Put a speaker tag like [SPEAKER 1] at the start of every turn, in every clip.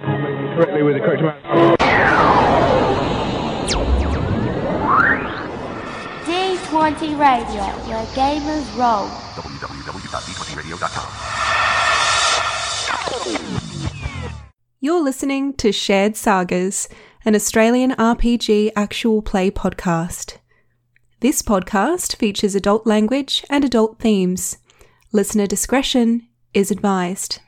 [SPEAKER 1] correctly with the correct amount.
[SPEAKER 2] D20 Radio, where gamers roll.
[SPEAKER 3] www.b20radio.com.
[SPEAKER 4] You're listening to Shared Sagas, an Australian RPG actual play podcast. This podcast features adult language and adult themes. Listener discretion is advised.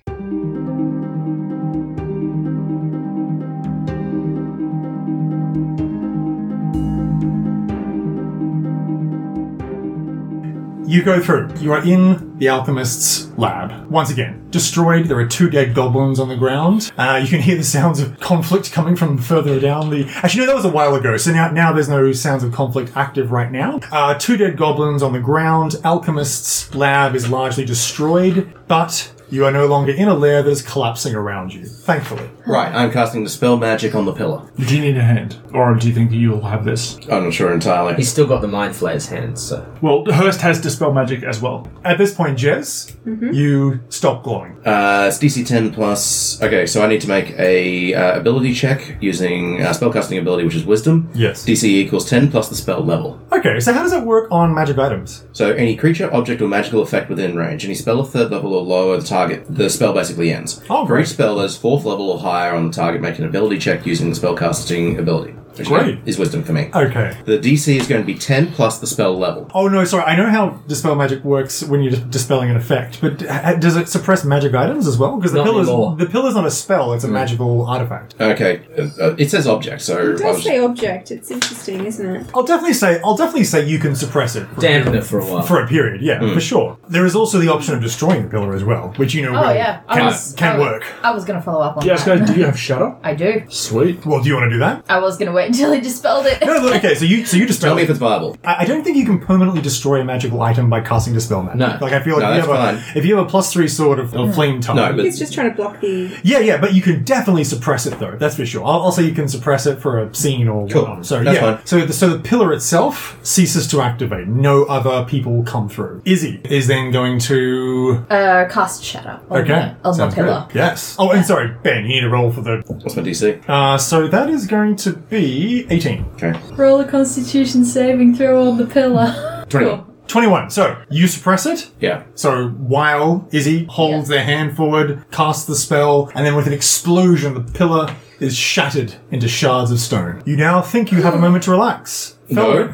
[SPEAKER 5] You go through. You are in the alchemist's lab. Once again, destroyed. There are two dead goblins on the ground. Uh, you can hear the sounds of conflict coming from further down the. Actually, no, that was a while ago. So now, now there's no sounds of conflict active right now. Uh, two dead goblins on the ground. Alchemist's lab is largely destroyed, but you are no longer in a lair that is collapsing around you. Thankfully.
[SPEAKER 6] Right, I'm casting the spell magic on the pillar.
[SPEAKER 7] Do you need a hand? Or do you think that you'll have this?
[SPEAKER 6] I'm not sure entirely.
[SPEAKER 8] He's still got the mind flayer's hands, so
[SPEAKER 7] Well, Hurst has dispel magic as well.
[SPEAKER 5] At this point, Jez,
[SPEAKER 9] Mm-hmm.
[SPEAKER 5] you stop glowing.
[SPEAKER 6] Uh, it's DC 10 plus. Okay, so I need to make a uh, ability check using uh, spellcasting ability, which is wisdom.
[SPEAKER 5] Yes.
[SPEAKER 6] DC equals 10 plus the spell level.
[SPEAKER 5] Okay, so how does it work on magic items?
[SPEAKER 6] So any creature, object, or magical effect within range, any spell of third level or lower the target, the spell basically ends.
[SPEAKER 5] Oh,
[SPEAKER 6] For
[SPEAKER 5] great.
[SPEAKER 6] each spell that is fourth level or higher on the target, make an ability check using the spellcasting ability. Which
[SPEAKER 5] Great. Oh.
[SPEAKER 6] Is wisdom for me.
[SPEAKER 5] Okay.
[SPEAKER 6] The DC is going to be 10 plus the spell level.
[SPEAKER 5] Oh no, sorry. I know how dispel magic works when you're dis- dispelling an effect, but d- h- does it suppress magic items as well? Because the
[SPEAKER 8] Not
[SPEAKER 5] pill
[SPEAKER 8] anymore.
[SPEAKER 5] is the pill is not a spell; it's a
[SPEAKER 6] Mm.
[SPEAKER 5] magical artifact.
[SPEAKER 6] Okay, uh, uh, it says object, so
[SPEAKER 10] It
[SPEAKER 6] I
[SPEAKER 10] does
[SPEAKER 6] was-
[SPEAKER 10] say object. It's interesting, isn't it?
[SPEAKER 5] I'll definitely say I'll definitely say you can suppress it for,
[SPEAKER 8] damn it for a while.
[SPEAKER 5] for a period. Yeah,
[SPEAKER 6] Mm.
[SPEAKER 5] for sure. There is also the option of destroying the pillar as well, which you know
[SPEAKER 9] Oh
[SPEAKER 5] will-
[SPEAKER 9] yeah, I
[SPEAKER 5] can,
[SPEAKER 9] was,
[SPEAKER 5] can
[SPEAKER 9] I,
[SPEAKER 5] work.
[SPEAKER 9] I was gonna follow up on
[SPEAKER 7] Yes,
[SPEAKER 9] that.
[SPEAKER 7] guys, do you have Shudder?
[SPEAKER 9] I do.
[SPEAKER 7] Sweet.
[SPEAKER 5] Well, do you want to do that?
[SPEAKER 9] I was gonna wait until he dispelled it.
[SPEAKER 5] No, look, okay. So you so you dispel.
[SPEAKER 6] Tell me if it's viable.
[SPEAKER 5] I I don't think you can permanently destroy a magical item by casting dispel magic.
[SPEAKER 6] No.
[SPEAKER 5] like I feel like
[SPEAKER 6] No,
[SPEAKER 5] if, you
[SPEAKER 6] that's
[SPEAKER 5] have a, if you have a plus three sword of, of flame tongue,
[SPEAKER 6] No, but
[SPEAKER 10] He's just trying to block the.
[SPEAKER 5] Yeah, yeah, but you can definitely suppress it though. That's for sure. I'll, I'll say you can suppress it for a scene or
[SPEAKER 6] Cool.
[SPEAKER 5] whatnot. So
[SPEAKER 6] That's
[SPEAKER 5] yeah,
[SPEAKER 6] fine.
[SPEAKER 5] so the, so the pillar itself ceases to activate. No other people come through. Izzy is then going to
[SPEAKER 9] Uh, cast shatter. On
[SPEAKER 5] okay
[SPEAKER 9] the, on the
[SPEAKER 5] Sounds good.
[SPEAKER 9] pillar.
[SPEAKER 5] Yes. Oh, and sorry, Ben, you need a roll for the.
[SPEAKER 6] What's my DC?
[SPEAKER 5] Uh, so that is going to be eighteen.
[SPEAKER 6] Okay.
[SPEAKER 10] Roll a constitution saving throw on the pillar.
[SPEAKER 6] 21.
[SPEAKER 5] 21. So, you suppress it.
[SPEAKER 6] Yeah.
[SPEAKER 5] So, while Izzy holds their hand forward, casts the spell, and then with an explosion, the pillar is shattered into shards of stone. You now think you have a moment to relax.
[SPEAKER 6] No.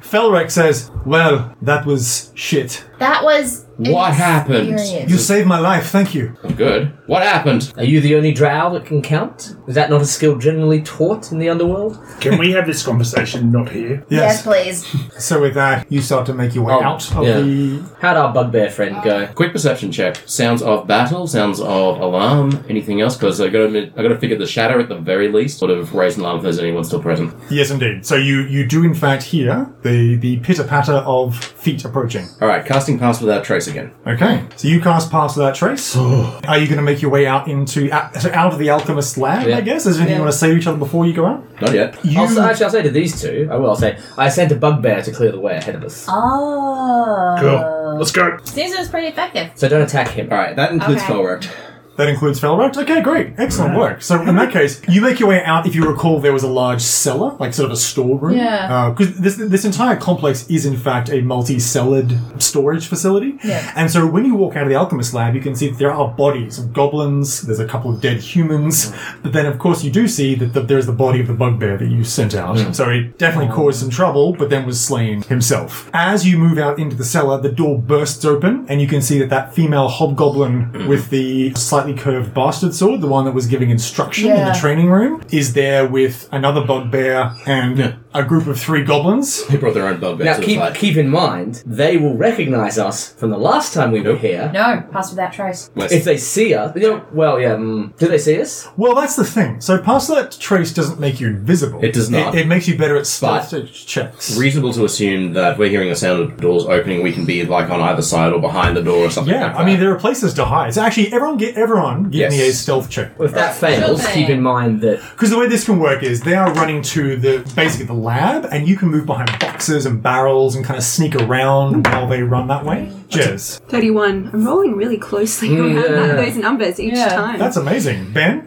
[SPEAKER 5] Felrek says, Well, that was shit.
[SPEAKER 9] That was
[SPEAKER 6] What happened?
[SPEAKER 9] experience.
[SPEAKER 5] You saved my life, thank you.
[SPEAKER 6] I'm good. What happened?
[SPEAKER 8] Are you the only drow that can count? Is that not a skill generally taught in the underworld?
[SPEAKER 7] Can we have this conversation not here?
[SPEAKER 9] Yes,
[SPEAKER 5] Yes.
[SPEAKER 9] please.
[SPEAKER 5] So, with that, you start to make your way
[SPEAKER 6] Oh,
[SPEAKER 5] out of
[SPEAKER 8] yeah.
[SPEAKER 5] the.
[SPEAKER 8] How'd our bugbear friend go?
[SPEAKER 6] Quick perception check. Sounds of battle. Sounds of alarm. Anything else? Because I got to admit, I got to figure the shatter at the very least. Sort of raise an alarm if there's anyone still present.
[SPEAKER 5] Yes, indeed. So, you, you do, in fact, hear the, the pitter patter of feet approaching.
[SPEAKER 6] All right. Casting pass without trace again.
[SPEAKER 5] Okay, so you cast past that trace. Are you going to make your way out into out so out of the alchemist's lab? I
[SPEAKER 8] Yeah.
[SPEAKER 5] guess. Is there anything you want to say to each other before you go out?
[SPEAKER 6] Not yet.
[SPEAKER 5] You
[SPEAKER 8] I'll, s- actually, I'll say to these two, I will I'll say, I sent a bugbear to clear the way ahead of us.
[SPEAKER 9] Uh, Oh.
[SPEAKER 7] Cool. Let's go.
[SPEAKER 9] Seems it was pretty effective.
[SPEAKER 8] So don't attack him.
[SPEAKER 6] All right. That includes
[SPEAKER 9] Okay.
[SPEAKER 6] okay. Felrecht.
[SPEAKER 5] that includes Felrecht. Okay, great, excellent work. So in that case, you make your way out. If you recall, there was a large cellar, like sort of a storeroom.
[SPEAKER 9] Yeah.
[SPEAKER 5] Because this this entire complex is in fact a multi-cellared storage facility.
[SPEAKER 9] Yeah.
[SPEAKER 5] And so when you walk out of the alchemist lab, you can see that there are bodies of goblins. There's a couple of dead humans. But then, of course, you do see that the, there's the body of the bugbear that you sent out. So he
[SPEAKER 9] Oh.
[SPEAKER 5] definitely caused some trouble, but then was slain himself. As you move out into the cellar, the door bursts open, and you can see that that female hobgoblin with the slightly curved bastard sword, the one that was giving instruction in
[SPEAKER 9] Yeah.
[SPEAKER 5] the training room, is there with another bugbear and a group of three goblins.
[SPEAKER 6] Who brought their own bugbear
[SPEAKER 8] Now
[SPEAKER 6] to
[SPEAKER 8] keep
[SPEAKER 6] the fight?
[SPEAKER 8] keep in mind, they will recognise us from the last time we were here.
[SPEAKER 9] No, pass without trace.
[SPEAKER 6] West.
[SPEAKER 8] If they see us, you know, well, yeah. mm, do they see us?
[SPEAKER 5] Well, that's the thing. So past that trace doesn't make you invisible.
[SPEAKER 6] It does not.
[SPEAKER 5] It, it makes you better at
[SPEAKER 6] But-
[SPEAKER 5] stealth checks.
[SPEAKER 6] Reasonable to assume that if we're hearing the sound of doors opening, we can be like on either side or behind the door or something.
[SPEAKER 5] yeah,
[SPEAKER 6] like
[SPEAKER 5] I mean
[SPEAKER 6] that.
[SPEAKER 5] there are places to hide. So actually, everyone get everyone give
[SPEAKER 6] Yes.
[SPEAKER 5] me a stealth check
[SPEAKER 8] Well, if that fails,
[SPEAKER 9] Sure thing.
[SPEAKER 8] keep in mind that
[SPEAKER 5] because the way this can work is they are running to the basically the lab, and you can move behind boxes and barrels and kind of sneak around while they run that way. Jez,
[SPEAKER 3] 31. I'm rolling really closely around
[SPEAKER 8] yeah.
[SPEAKER 3] those numbers each
[SPEAKER 11] Yeah.
[SPEAKER 3] time.
[SPEAKER 5] that's amazing. Ben,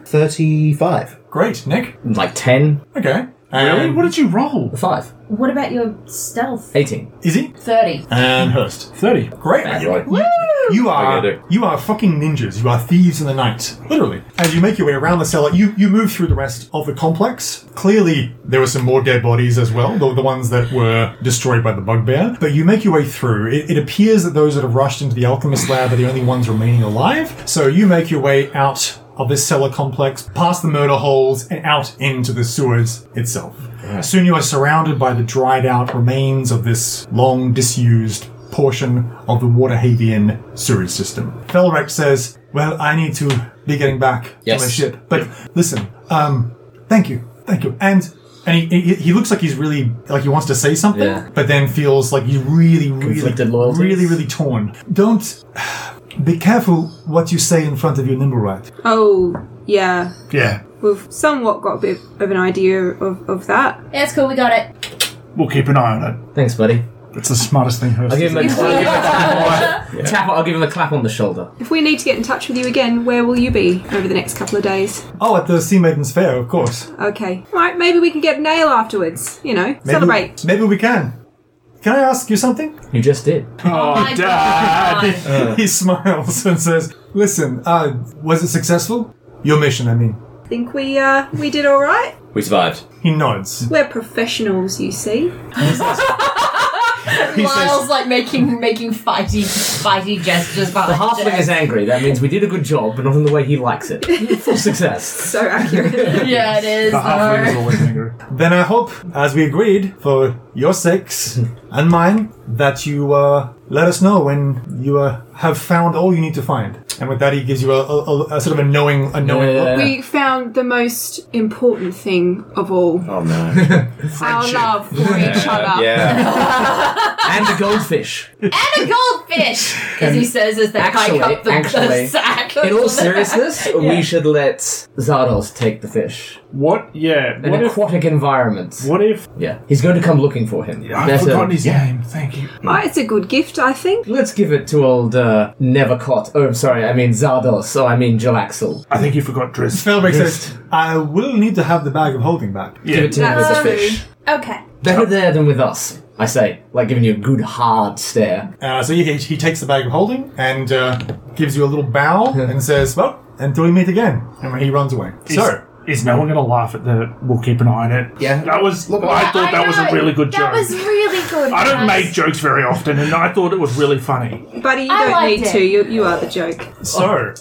[SPEAKER 12] 35.
[SPEAKER 5] great. Nick,
[SPEAKER 8] Like 10,
[SPEAKER 5] okay. Um,
[SPEAKER 7] Really?
[SPEAKER 5] And
[SPEAKER 7] What did you roll?
[SPEAKER 8] 5,
[SPEAKER 9] What about your stealth?
[SPEAKER 8] 18.
[SPEAKER 5] Izzy
[SPEAKER 9] 30.
[SPEAKER 7] Um,
[SPEAKER 5] and Hurst.
[SPEAKER 7] 30.
[SPEAKER 5] Great.
[SPEAKER 6] That's
[SPEAKER 5] You-
[SPEAKER 6] right.
[SPEAKER 5] You, you
[SPEAKER 6] Okay,
[SPEAKER 5] are
[SPEAKER 6] there.
[SPEAKER 5] you are fucking ninjas. You are thieves in the night, literally. As you make your way around the cellar, you you move through the rest of the complex. Clearly, there were some more dead bodies as well, the, the ones that were destroyed by the bugbear. But you make your way through. It, it appears that those that have rushed into the alchemist lab are the only ones remaining alive. So you make your way out of this cellar complex, past the murder holes, and out into the sewers itself. Soon you are surrounded by the dried out remains of this long disused portion of the Waterhavian sewage system. Felrex says, Well, I need to be getting back
[SPEAKER 6] Yes.
[SPEAKER 5] to my ship. But listen, um, thank you. Thank you. And and he, he, he looks like he's really like he wants to say something,
[SPEAKER 8] Yeah.
[SPEAKER 5] but then feels like he's really,
[SPEAKER 8] Conflicted
[SPEAKER 5] really,
[SPEAKER 8] loyalties.
[SPEAKER 5] really, really torn. Don't be careful what you say in front of your Nimblerite.
[SPEAKER 3] oh, yeah.
[SPEAKER 7] Yeah.
[SPEAKER 3] We've somewhat got a bit of an idea of, of that.
[SPEAKER 9] Yeah, it's cool, we got it.
[SPEAKER 7] We'll keep an eye on it.
[SPEAKER 8] Thanks, buddy.
[SPEAKER 7] It's the smartest thing Hurst
[SPEAKER 8] I'll give
[SPEAKER 7] has
[SPEAKER 8] him a, I'll give him a tap, on, tap on- I'll give him a clap on the shoulder.
[SPEAKER 3] If we need to get in touch with you again, where will you be over the next couple of days?
[SPEAKER 5] Oh, at the Sea Maiden's Fair, of course.
[SPEAKER 3] Okay. Right, maybe we can get an ale afterwards. You know,
[SPEAKER 5] Maybe-
[SPEAKER 3] celebrate.
[SPEAKER 5] Maybe we can. Can I ask you something?
[SPEAKER 8] You just did.
[SPEAKER 9] Oh, Dad!
[SPEAKER 5] he smiles and says, "Listen, uh, was it successful? Your mission, I mean."
[SPEAKER 3] Think we uh we did all right?
[SPEAKER 6] We survived.
[SPEAKER 5] He nods.
[SPEAKER 3] We're professionals, you see.
[SPEAKER 5] He
[SPEAKER 9] Lyle's
[SPEAKER 5] says,
[SPEAKER 9] like making making fighty fighty gestures about
[SPEAKER 8] The halfling is angry. That means we did a good job, but not in the way he likes it. Full success.
[SPEAKER 3] So accurate.
[SPEAKER 9] Yeah, it is.
[SPEAKER 7] The halfling is
[SPEAKER 9] no.
[SPEAKER 7] always angry.
[SPEAKER 5] "Then I hope, as we agreed, for your sakes and mine, that you uh, let us know when you uh, have found all you need to find." And with that, he gives you a, a, a- a sort of a knowing, a knowing look.
[SPEAKER 3] we found the most important thing of all.
[SPEAKER 6] Oh no.
[SPEAKER 3] Our love for each other.
[SPEAKER 6] yeah.
[SPEAKER 8] and the goldfish.
[SPEAKER 9] And a goldfish, as he says, as they
[SPEAKER 8] Actually,
[SPEAKER 9] hike up the,
[SPEAKER 8] actually,
[SPEAKER 9] the sack.
[SPEAKER 8] In all seriousness, we should let Zardos take the fish.
[SPEAKER 7] What? Yeah.
[SPEAKER 8] An
[SPEAKER 7] What if,
[SPEAKER 8] aquatic environment.
[SPEAKER 7] what if.
[SPEAKER 8] Yeah. He's going to come looking for him.
[SPEAKER 7] I've
[SPEAKER 8] Better-
[SPEAKER 7] forgotten his name. Thank you.
[SPEAKER 3] Oh, it's a good gift, I think.
[SPEAKER 8] Let's give it to old uh, Nevercott. Oh, I'm sorry, I mean Zardos. Oh, I mean Jalaxel.
[SPEAKER 7] I think you forgot Driz.
[SPEAKER 5] Felbeck says, "I will need to have the bag of holding back."
[SPEAKER 8] Give it to him as
[SPEAKER 3] That's
[SPEAKER 8] a fish.
[SPEAKER 11] Okay.
[SPEAKER 8] Better there than with us, I say, like giving you a good hard stare.
[SPEAKER 5] Uh, so he, he takes the bag of holding and uh, gives you a little bow and says, "Well, until we meet again," and he runs away.
[SPEAKER 7] Is, Oh.
[SPEAKER 5] so
[SPEAKER 7] is no one going to laugh at the. We'll keep an eye on it?
[SPEAKER 8] Yeah.
[SPEAKER 7] That was.
[SPEAKER 8] Look,
[SPEAKER 7] I thought that was a
[SPEAKER 9] know,
[SPEAKER 7] really good
[SPEAKER 9] That
[SPEAKER 7] joke.
[SPEAKER 9] was really good.
[SPEAKER 7] I don't
[SPEAKER 9] guys.
[SPEAKER 7] make jokes very often, and I thought it was really funny.
[SPEAKER 3] Buddy, you
[SPEAKER 9] I
[SPEAKER 3] don't
[SPEAKER 9] liked
[SPEAKER 3] need
[SPEAKER 9] it.
[SPEAKER 3] to. You, you are the joke.
[SPEAKER 5] so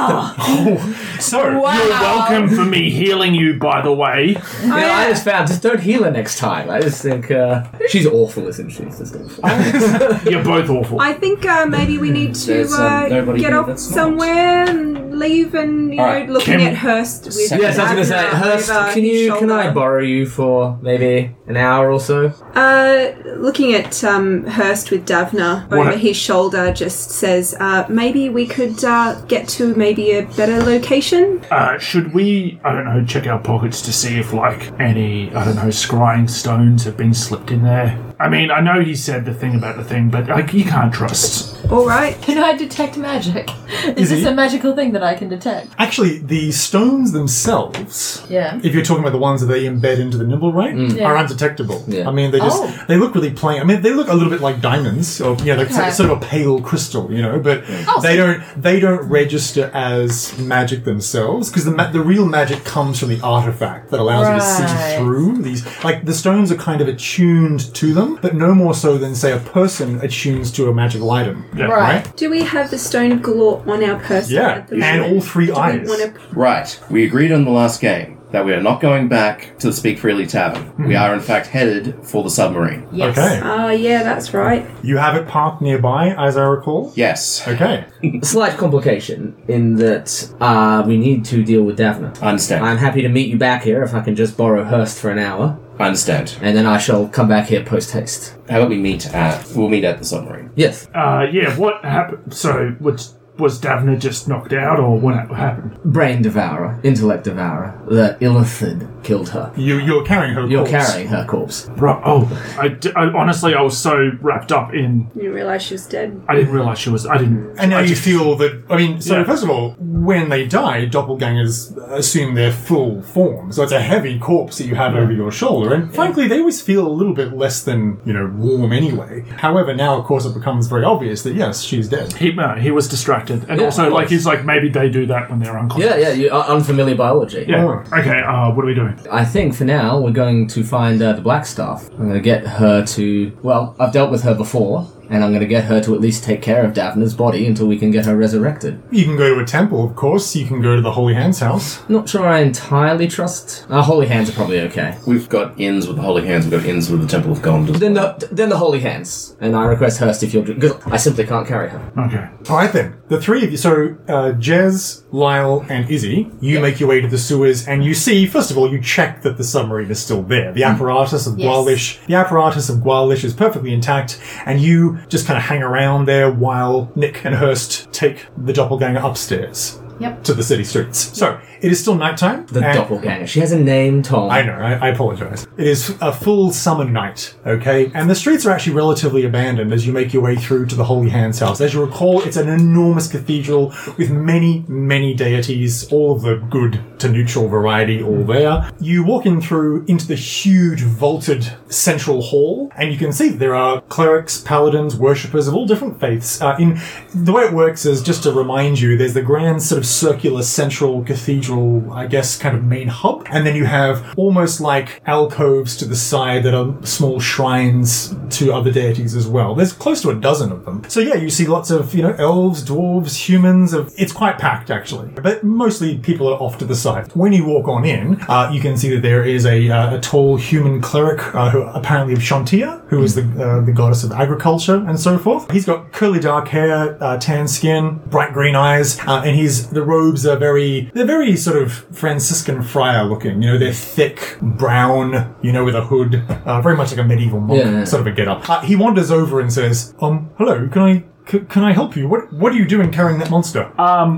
[SPEAKER 5] oh, so
[SPEAKER 7] You're welcome for me healing you, by the way.
[SPEAKER 8] You know, I just found, just don't heal her next time. I just think uh, she's awful, isn't she? She's just awful.
[SPEAKER 7] You're both awful.
[SPEAKER 3] I think uh, maybe we need to
[SPEAKER 6] There's, um,
[SPEAKER 3] uh,
[SPEAKER 6] nobody
[SPEAKER 3] get
[SPEAKER 6] here
[SPEAKER 3] off
[SPEAKER 6] that's not.
[SPEAKER 3] somewhere and leave and, you
[SPEAKER 6] Alright,
[SPEAKER 3] know, looking
[SPEAKER 7] can-
[SPEAKER 3] at Hurst with
[SPEAKER 8] yes, I was gonna say,
[SPEAKER 3] Abner
[SPEAKER 8] Hurst,
[SPEAKER 3] over
[SPEAKER 8] can
[SPEAKER 3] his
[SPEAKER 8] you can I
[SPEAKER 3] shoulder.
[SPEAKER 8] borrow you for maybe an hour or so?
[SPEAKER 3] Uh, looking at um, Hurst with Davna
[SPEAKER 7] What
[SPEAKER 3] over
[SPEAKER 7] a-
[SPEAKER 3] his shoulder just says, uh, maybe we could uh, get to maybe a better location.
[SPEAKER 7] Uh, should we, I don't know, check our pockets to see if, like, any, I don't know, scrying stones have been slipped in there? I mean, I know he said the thing about the thing, but, like, you can't trust.
[SPEAKER 3] All right.
[SPEAKER 11] Can I detect magic? Is this
[SPEAKER 5] it-
[SPEAKER 11] a magical thing that I can detect?
[SPEAKER 5] actually, the stones themselves,
[SPEAKER 11] Yeah.
[SPEAKER 5] if you're talking about the ones that they embed into the nimble ring, are undetectable.
[SPEAKER 6] Yeah.
[SPEAKER 5] I mean, they just
[SPEAKER 11] Oh.
[SPEAKER 5] they look really plain. I mean, they look a little bit like diamonds, or you know, like
[SPEAKER 11] Okay.
[SPEAKER 5] sort of a pale crystal, you know. But they don't they don't register as magic themselves because the ma- the real magic comes from the artifact that allows you to see
[SPEAKER 11] Right.
[SPEAKER 5] through these. Like the stones are kind of attuned to them, but no more so than say a person attunes to a magical item.
[SPEAKER 7] Yeah.
[SPEAKER 11] Right.
[SPEAKER 3] Do we have the Stone of Galore on our person?
[SPEAKER 5] Yeah,
[SPEAKER 3] at the
[SPEAKER 5] and all
[SPEAKER 3] moment?
[SPEAKER 5] three
[SPEAKER 3] Do we
[SPEAKER 5] eyes.
[SPEAKER 3] wanna-
[SPEAKER 6] Right. We agreed on the last game that we are not going back to the Speak Freely Tavern. We are in fact headed for the submarine.
[SPEAKER 9] Yes.
[SPEAKER 5] Okay.
[SPEAKER 3] Ah, yeah, that's right.
[SPEAKER 5] You have it parked nearby, as I recall.
[SPEAKER 6] Yes.
[SPEAKER 5] Okay.
[SPEAKER 8] Slight complication in that uh, we need to deal with Davna.
[SPEAKER 6] I understand.
[SPEAKER 8] I'm happy to meet you back here if I can just borrow Hurst for an hour,
[SPEAKER 6] I understand.
[SPEAKER 8] and then I shall come back here post haste.
[SPEAKER 6] How about we meet at we'll meet at the submarine.
[SPEAKER 8] Yes.
[SPEAKER 7] Uh, yeah, what happened? So, what's. was Davna just knocked out, or what happened?
[SPEAKER 8] Brain devourer, intellect devourer, the Illithid killed her.
[SPEAKER 5] You, you're carrying her.
[SPEAKER 8] You're
[SPEAKER 5] corpse.
[SPEAKER 8] carrying her corpse.
[SPEAKER 7] Right. Oh, I, d- I- honestly, I was so wrapped up in.
[SPEAKER 10] You realize she was dead.
[SPEAKER 7] I didn't realize she was. I didn't.
[SPEAKER 5] And now
[SPEAKER 7] I
[SPEAKER 5] you
[SPEAKER 7] just-
[SPEAKER 5] feel that. I mean, so
[SPEAKER 7] Yeah.
[SPEAKER 5] first of all, when they die, doppelgangers assume their full form. So it's a heavy corpse that you have over your shoulder. And frankly, they always feel a little bit less than, you know, warm anyway. However, now, of course, it becomes very obvious that yes, she's dead.
[SPEAKER 7] He, no, he was distracted, and
[SPEAKER 8] Yeah,
[SPEAKER 7] also
[SPEAKER 8] of
[SPEAKER 7] like
[SPEAKER 8] course.
[SPEAKER 7] he's like maybe they do that when they're unconscious.
[SPEAKER 8] Yeah, yeah, you, uh, unfamiliar biology.
[SPEAKER 7] Yeah. Okay. Uh, what are we doing?
[SPEAKER 8] I think for now we're going to find uh, the black staff. I'm going to get her to. Well, I've dealt with her before, and I'm going to get her to at least take care of Daphne's body until we can get her resurrected.
[SPEAKER 5] You can go to a temple, of course. You can go to the Holy Hands house.
[SPEAKER 8] Not sure I entirely trust. Our holy hands are probably okay.
[SPEAKER 6] We've got inns with the Holy Hands, we've got inns with the Temple of Gondor.
[SPEAKER 8] Then the then the holy hands, and I request Hurst if you'll because I simply can't carry her.
[SPEAKER 7] Okay.
[SPEAKER 5] All right, then. The three of you, so uh, Jez, Lyle, and Izzy, you make your way to the sewers and you see, first of all, you check that the submarine is still there. The apparatus of
[SPEAKER 9] Yes.
[SPEAKER 5] Gwalish, the apparatus of Gwalish is perfectly intact, and you just kind of hang around there while Nick and Hurst take the doppelganger upstairs
[SPEAKER 9] Yep.
[SPEAKER 5] to the city streets. So, it is still nighttime.
[SPEAKER 8] The
[SPEAKER 5] and-
[SPEAKER 8] doppelganger. She has a name, Tom.
[SPEAKER 5] I know, I, I apologize. It is a full summer night, okay? And the streets are actually relatively abandoned as you make your way through to the Holy Hands House. As you recall, it's an enormous cathedral with many, many deities, all of the good to neutral variety all there. You walk in through into the huge vaulted central hall, and you can see that there are clerics, paladins, worshippers of all different faiths. Uh, in the way it works is just to remind you, there's the grand sort of circular central cathedral, I guess, kind of main hub, and then you have almost like alcoves to the side that are small shrines to other deities as well. There's close to a dozen of them. So yeah, you see lots of you know elves, dwarves, humans. Of it's quite packed actually, but mostly people are off to the side. When you walk on in, uh, you can see that there is a, uh, a tall human cleric, uh, who apparently of Shantia, who is the uh, the goddess of agriculture and so forth. He's got curly dark hair, uh, tan skin, bright green eyes, uh, and his the robes are very they're very sort of Franciscan friar looking. You know, they're thick, brown, you know, with a hood, uh, very much like a medieval monk
[SPEAKER 8] Yeah.
[SPEAKER 5] sort of a get up. Uh, he wanders over and says, "Um, hello, can I?" c- Can I help you? What What are you doing carrying that monster?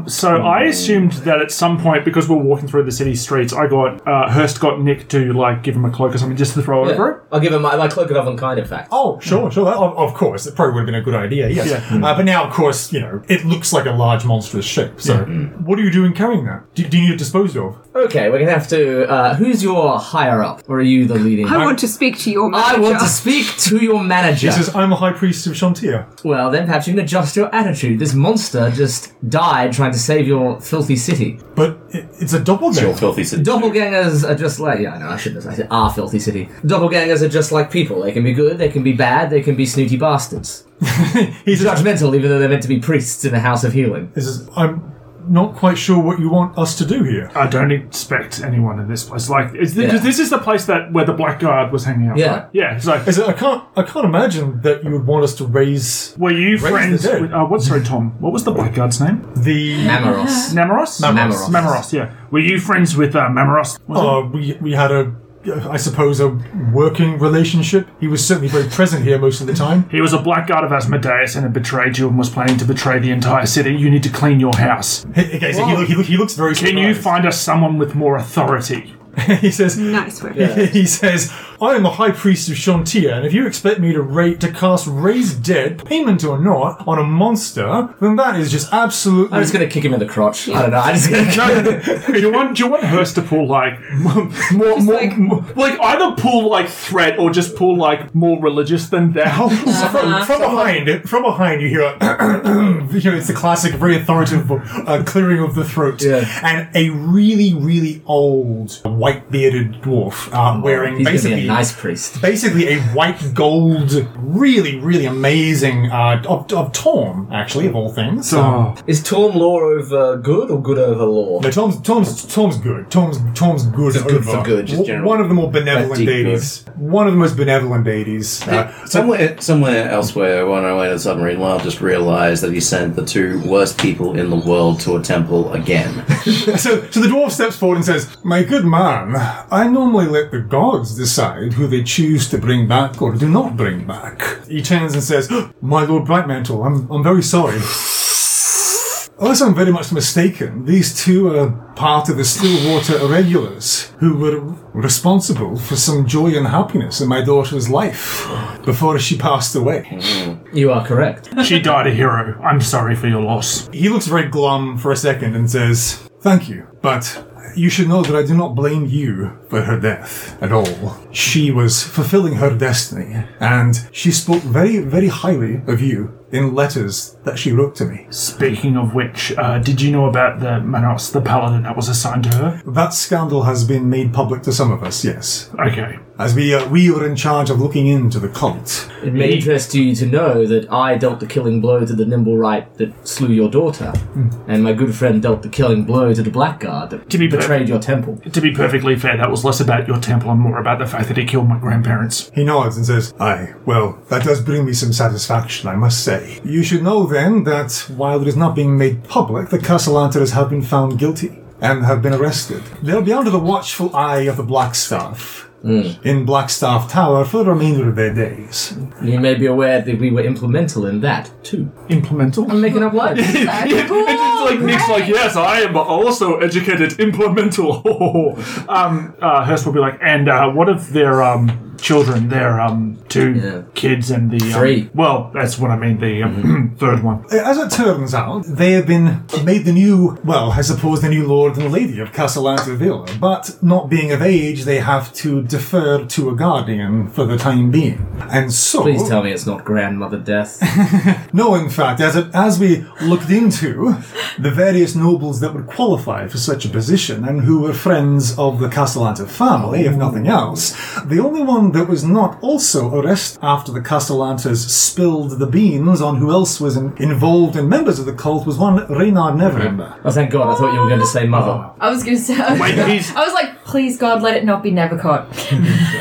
[SPEAKER 7] So I assumed that at some point, because we're walking through the city streets, I got uh, Hurst got Nick to like give him a cloak or something just to throw
[SPEAKER 8] Yeah.
[SPEAKER 7] over it.
[SPEAKER 8] I'll give her my, my cloak of unkind. In fact,
[SPEAKER 5] oh, sure, sure. that- Of, of course, it probably would have been a good idea. Yes,
[SPEAKER 7] Yeah.
[SPEAKER 5] uh, but now, of course, you know it looks like a large monstrous shape. So,
[SPEAKER 7] Mm.
[SPEAKER 5] what are you doing carrying that? Do, do you need it disposed of?
[SPEAKER 8] okay, we're gonna have to. Uh, who's your higher up, or are you the leading?
[SPEAKER 4] I want to speak to your
[SPEAKER 8] I
[SPEAKER 4] manager.
[SPEAKER 8] want to speak to your manager.
[SPEAKER 5] He says, "I'm a high priest of Shantia."
[SPEAKER 8] Well, then perhaps you can adjust your attitude. This monster just died trying to save your filthy city.
[SPEAKER 5] But it, it's a
[SPEAKER 6] Your
[SPEAKER 5] doppelganger.
[SPEAKER 6] filthy city.
[SPEAKER 8] Doppelgangers are just like yeah, I know I shouldn't have said our filthy city. Doppelgangers are just like people. They can be good, they can be bad, they can be snooty bastards.
[SPEAKER 5] He's just,
[SPEAKER 8] Judgmental, even though they're meant to be priests in a house of healing.
[SPEAKER 5] he says, "I'm not quite sure what you want us to do here."
[SPEAKER 7] I don't expect anyone in this place. Like, is because
[SPEAKER 8] Yeah.
[SPEAKER 7] this is the place that where the Blackguard was hanging out.
[SPEAKER 8] Yeah.
[SPEAKER 7] right? yeah. It's like,
[SPEAKER 5] He says, "I can't. I can't imagine that you would want us to raise
[SPEAKER 7] were you
[SPEAKER 5] the
[SPEAKER 7] friends?
[SPEAKER 5] dead.
[SPEAKER 7] With, uh, what's sorry, Tom? What was the Blackguard's name?
[SPEAKER 5] the."
[SPEAKER 8] Amaros.
[SPEAKER 7] Namaros.
[SPEAKER 8] Mamaros.
[SPEAKER 7] Mamaros. Yeah. Were you friends with uh, Mamaros? Was
[SPEAKER 8] Oh.
[SPEAKER 7] it?
[SPEAKER 5] Uh, we we had a, I suppose, a working relationship. He was certainly very present here most of the time.
[SPEAKER 7] He was a blackguard of Asmodeus and had betrayed you and was planning to betray the entire city. You need to clean your house.
[SPEAKER 5] He- okay, so he, look, he, look, he looks very.
[SPEAKER 7] Can you Hmm.
[SPEAKER 5] surprised.
[SPEAKER 7] find us someone with more authority?
[SPEAKER 5] he says.
[SPEAKER 4] Nice work.
[SPEAKER 5] He says, "I am the high priest of Shantia, and if you expect me to rate to cast raise dead, payment or not, on a monster, then that is just absolutely
[SPEAKER 8] I'm just gonna kick him in the crotch. I don't know. I'm just gonna.
[SPEAKER 7] do you want do you want Hurst to pull like more more, more,
[SPEAKER 10] like-
[SPEAKER 7] more- like either pull like threat or just pull like more religious than thou?
[SPEAKER 5] from, from behind, from behind, you hear, a you know, it's the classic, very authoritative uh, clearing of the throat,
[SPEAKER 8] Yeah.
[SPEAKER 5] and a really, really old, white-bearded dwarf uh, wearing
[SPEAKER 8] Oh, He's gonna be
[SPEAKER 5] basically
[SPEAKER 8] a nice priest.
[SPEAKER 5] basically a white gold, really, really amazing uh, of, of Torm, actually, of all things.
[SPEAKER 7] Oh.
[SPEAKER 8] Is Torm law over good or good over law?
[SPEAKER 5] No, Tom's Tom's Tom's good. Tom's Tom's good.
[SPEAKER 6] Just good
[SPEAKER 5] over.
[SPEAKER 6] for good, just
[SPEAKER 5] W-
[SPEAKER 6] general.
[SPEAKER 5] One of the more benevolent
[SPEAKER 6] That's deep
[SPEAKER 5] deities. One of the most benevolent deities. Uh, so
[SPEAKER 6] Somewhere, somewhere elsewhere, on our way to the submarine, Lyle just realised that he sent the two worst people in the world to a temple again.
[SPEAKER 5] So, so the dwarf steps forward and says, My good man, I normally let the gods decide who they choose to bring back or do not bring "Oh, back. He turns and says, My lord Blackmantle, I'm, I'm very sorry. Unless I'm very much mistaken, these two are part of the Stillwater Irregulars, who were responsible for some joy and happiness in my daughter's life before she passed away.
[SPEAKER 8] You are correct.
[SPEAKER 7] She died a hero. I'm sorry for your loss.
[SPEAKER 5] He looks very glum for a second and says, Thank you, but you should know that I do not blame you for her death at all. She was fulfilling her destiny, and she spoke very, very highly of you in letters that she wrote to me.
[SPEAKER 7] Speaking of which, uh, did you know about the Manos, the paladin that was assigned to her?
[SPEAKER 5] That scandal has been made public to some of us, yes.
[SPEAKER 7] Okay.
[SPEAKER 5] As we uh, we were in charge of looking into the cult.
[SPEAKER 8] It may interest you to know that I dealt the killing blow to the nimble right that slew your daughter, and my good friend dealt the killing blow to the blackguard that
[SPEAKER 7] Hmm. To be fair-
[SPEAKER 8] betrayed your temple.
[SPEAKER 7] To be perfectly fair, that was less about your temple and more about the fact that he killed my grandparents.
[SPEAKER 5] He nods and says, Aye, well, that does bring me some satisfaction, I must say. You should know then that while it is not being made public, the Castellanters have been found guilty and have been arrested. They'll be under the watchful eye of the Blackstaff.
[SPEAKER 8] Hmm.
[SPEAKER 5] In Blackstaff Tower for the remainder of their days.
[SPEAKER 8] You may be aware that we were implemental in that too.
[SPEAKER 5] Implemental?
[SPEAKER 8] I'm making up words.
[SPEAKER 7] it's like Nick's like, yes, I am also educated implemental. um, uh, Hurst will be like, and uh, what if their um, children, their um, two
[SPEAKER 8] Yeah.
[SPEAKER 7] kids and the um,
[SPEAKER 8] Three. Mm-hmm.
[SPEAKER 7] Well, that's what I mean. The um, third one.
[SPEAKER 5] As it turns out, they have been made the new, well, I suppose the new lord and lady of Castellanta Villa, but not being of age, they have to defer to a guardian for the time being. And so,
[SPEAKER 8] Please tell me it's not grandmother death.
[SPEAKER 5] no, in fact, as, it, as we looked into the various nobles that would qualify for such a position and who were friends of the Castellanta family, if nothing else, the only one that was not also arrested after the Castellantas spilled the beans on who else was in, involved in members of the cult was one Reynard Neverember.
[SPEAKER 8] Oh, thank God! I thought you were going to say mother.
[SPEAKER 10] I was gonna say. I was,
[SPEAKER 7] Wait, he's-
[SPEAKER 10] I was like, please God, let it not be Nevercott.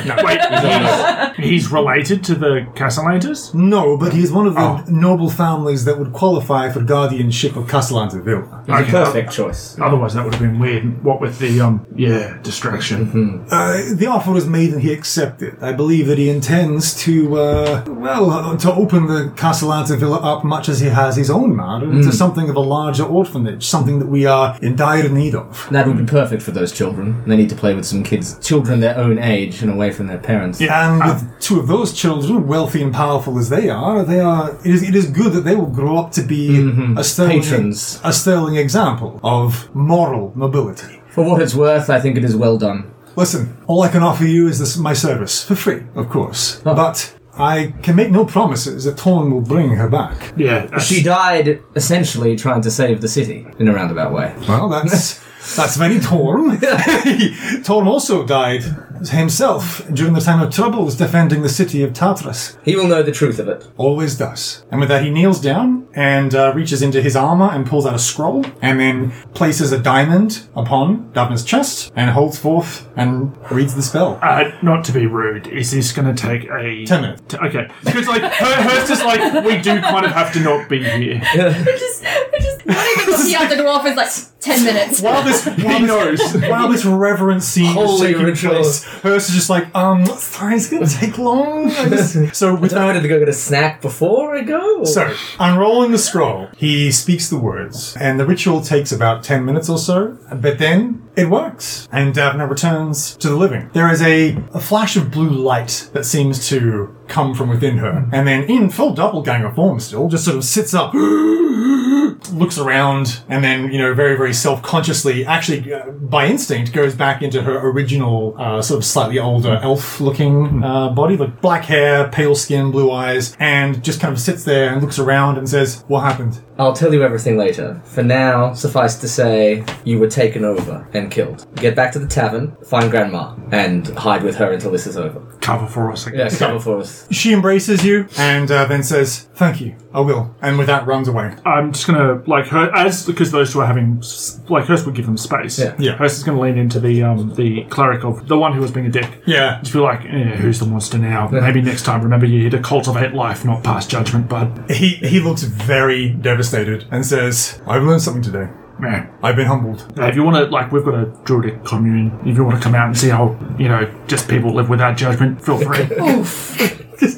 [SPEAKER 7] No, wait, he's, he's related to the Castellators?
[SPEAKER 5] No, but he's one of the
[SPEAKER 7] Oh.
[SPEAKER 5] noble families that would qualify for guardianship of Castellanta Villa.
[SPEAKER 8] It's
[SPEAKER 7] Okay.
[SPEAKER 8] a perfect choice.
[SPEAKER 7] Otherwise, that would have been weird. What with the um, yeah,
[SPEAKER 8] Mm-hmm.
[SPEAKER 7] distraction.
[SPEAKER 5] Uh, the offer was made and he accepted. I believe that he intends to, uh, well, uh, to open the Castellanta Villa up much as he has his own manor into something of a larger orphanage, something that we are in dire need of.
[SPEAKER 8] That would be perfect for those children. They need to play with some kids, children their own age and away from their parents.
[SPEAKER 5] And with two of those children, wealthy and powerful as they are, they are. It is, it is good that they will grow up to be a sterling,
[SPEAKER 8] Patrons.
[SPEAKER 5] a sterling example of moral nobility.
[SPEAKER 8] For what it's worth, I think it is well done.
[SPEAKER 5] Listen, all I can offer you is this, my service, for free, of course. But I can make no promises that Torn will bring her back.
[SPEAKER 7] Yeah, that's-
[SPEAKER 8] She died essentially trying to save the city in a roundabout way.
[SPEAKER 5] Well, that's that's very Torn. Torn also died himself during the time of troubles defending the city of Tartarus.
[SPEAKER 8] He will know the truth of it.
[SPEAKER 5] Always does. And with that, he kneels down and uh, reaches into his armor and pulls out a scroll, and then places a diamond upon Daphne's chest and holds forth and reads the spell.
[SPEAKER 7] Uh, not to be rude, is this going to take a
[SPEAKER 5] Ten minutes.
[SPEAKER 7] T- okay, because like her, hers is like we do kind of have to not be here.
[SPEAKER 10] We're just, we're just not even looking out the dwarf is like ten minutes.
[SPEAKER 5] While this, while
[SPEAKER 7] He
[SPEAKER 5] this,
[SPEAKER 7] knows.
[SPEAKER 5] while this reverent scene is
[SPEAKER 8] Holy
[SPEAKER 5] taking
[SPEAKER 8] rituals.
[SPEAKER 5] place, Hearst is just like, um, sorry, it's gonna take long. I just- so with
[SPEAKER 8] I wanted
[SPEAKER 5] that,
[SPEAKER 8] to go get a snack before I go. or-
[SPEAKER 5] so unrolling the scroll, he speaks the words, and the ritual takes about ten minutes or so. But then it works, and Davna returns to the living. There is a, a flash of blue light that seems to come from within her, and then in full doppelganger form, still just sort of sits up. looks around and then you know very very self-consciously actually uh, by instinct goes back into her original uh, sort of slightly older elf looking uh, body like black hair pale skin blue eyes and just kind of sits there and looks around and says what happened
[SPEAKER 8] I'll tell you everything later. For now, suffice to say, you were taken over and killed. Get back to the tavern, find Grandma, and hide with her until this is over.
[SPEAKER 7] Cover for us.
[SPEAKER 8] Yeah, cover for us.
[SPEAKER 5] she embraces you and uh, then says thank you i will and with that runs away
[SPEAKER 7] I'm just gonna like her as because those two are having s- like Hurst would give them space.
[SPEAKER 8] Yeah.
[SPEAKER 5] Yeah.
[SPEAKER 7] Hurst is gonna lean into the um the cleric of the one who was being a dick.
[SPEAKER 5] yeah
[SPEAKER 7] Just be like, eh, who's the monster now? Maybe next time. Remember, you're here to cultivate life, not pass judgment, bud.
[SPEAKER 5] he he looks very devastated and says i've learned something today
[SPEAKER 7] Meh.
[SPEAKER 5] i've been humbled
[SPEAKER 7] Uh, if you want to, like, we've got a druidic
[SPEAKER 8] Oh.
[SPEAKER 7] commune. If you want to come out and see how, you know, just people live without judgment, feel free.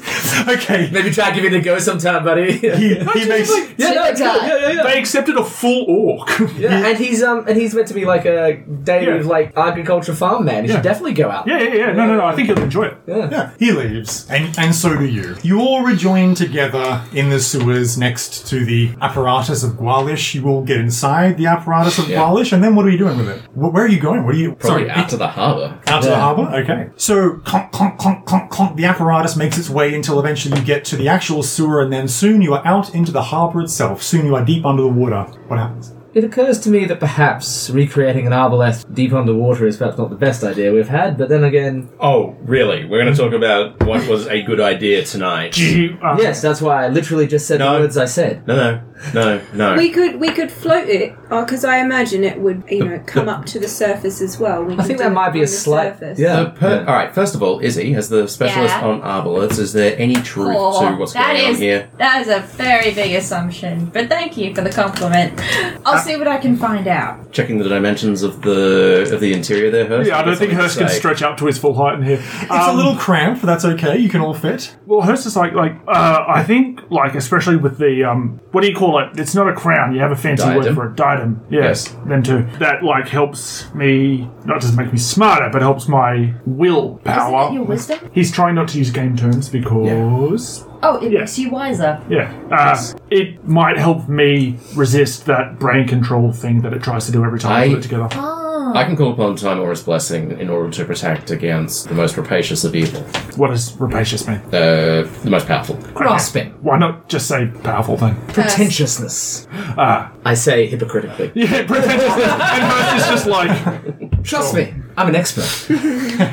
[SPEAKER 5] okay.
[SPEAKER 8] Maybe try giving it a go sometime, buddy. yeah,
[SPEAKER 5] He, he makes.
[SPEAKER 8] no, it's good. yeah, yeah, yeah.
[SPEAKER 7] They accepted a full orc.
[SPEAKER 8] Yeah, and he's um and he's meant to be like a day
[SPEAKER 7] Yeah.
[SPEAKER 8] with like agriculture farm man. He
[SPEAKER 7] Yeah.
[SPEAKER 8] should definitely go out.
[SPEAKER 7] Yeah, yeah, yeah. No, no, no. I think you'll enjoy it.
[SPEAKER 5] Yeah, he leaves, and, and so do you. You all rejoin together in the sewers next to the apparatus of Gwalish. You all get inside the apparatus of
[SPEAKER 6] Yeah.
[SPEAKER 5] Gwalish, and then what are you doing with it? Wh- Where are you going? What are you?
[SPEAKER 6] Probably
[SPEAKER 5] sorry,
[SPEAKER 6] out to the harbour.
[SPEAKER 5] Out to the
[SPEAKER 8] Yeah.
[SPEAKER 5] harbour? Okay. So, clonk, clonk, clonk, clonk, clonk, the apparatus makes its way until eventually you get to the actual sewer, and then soon you are out into the harbour itself. Soon you are deep under the water. What happens?
[SPEAKER 8] It occurs to me that perhaps recreating an arbalest deep underwater is perhaps not the best idea we've had, but then again,
[SPEAKER 1] Oh, really? We're going to talk about what was a good idea tonight.
[SPEAKER 7] Do you, uh,
[SPEAKER 8] yes, that's why I literally just said
[SPEAKER 1] No.
[SPEAKER 8] the words I said.
[SPEAKER 1] No, no, no, no.
[SPEAKER 3] We could we could float it because I imagine it would you know come up to the surface as well. We
[SPEAKER 8] I think that might be a slight.
[SPEAKER 6] Uh,
[SPEAKER 8] Yeah.
[SPEAKER 6] per- All right. First of all, Izzy, as the specialist
[SPEAKER 9] Yeah.
[SPEAKER 6] on arbalists, is there any truth to
[SPEAKER 9] Oh,
[SPEAKER 6] what's
[SPEAKER 9] that
[SPEAKER 6] going
[SPEAKER 9] is
[SPEAKER 6] on here?
[SPEAKER 9] that is a very big assumption, but thank you for the compliment. I'll see what I can find out.
[SPEAKER 6] Checking the dimensions of the of the interior there, Hurst.
[SPEAKER 7] Yeah, I don't think
[SPEAKER 6] Something to
[SPEAKER 7] Hurst can
[SPEAKER 6] say.
[SPEAKER 7] stretch out to his full height in here.
[SPEAKER 5] It's a
[SPEAKER 7] Um,
[SPEAKER 5] little cramped, but that's okay. You can all fit.
[SPEAKER 7] Well, Hurst is like, like uh, I think, like especially with the um, what do you call it? It's not a crown. You have a fancy word
[SPEAKER 6] Diadem?
[SPEAKER 7] for it, diadem. Yes,
[SPEAKER 6] Yes.
[SPEAKER 7] them too. That like helps me not just make me smarter, but helps my will power.
[SPEAKER 9] Isn't it your wisdom?
[SPEAKER 7] He's trying not to use game terms because
[SPEAKER 9] Oh, it
[SPEAKER 7] Yeah.
[SPEAKER 9] makes you wiser.
[SPEAKER 7] yeah, uh, it might help me resist that brain control thing that it tries to do every time I,
[SPEAKER 6] I-
[SPEAKER 7] put it together.
[SPEAKER 6] I can call upon time or its blessing in order to protect against the most rapacious of evil,
[SPEAKER 7] What does rapacious mean?
[SPEAKER 6] uh, the most powerful.
[SPEAKER 8] Grasping.
[SPEAKER 7] Why not just say powerful thing?
[SPEAKER 8] Pretentiousness. I say hypocritically.
[SPEAKER 7] Yeah, pretentious. and Hurst is just like,
[SPEAKER 8] Trust me, I'm an expert.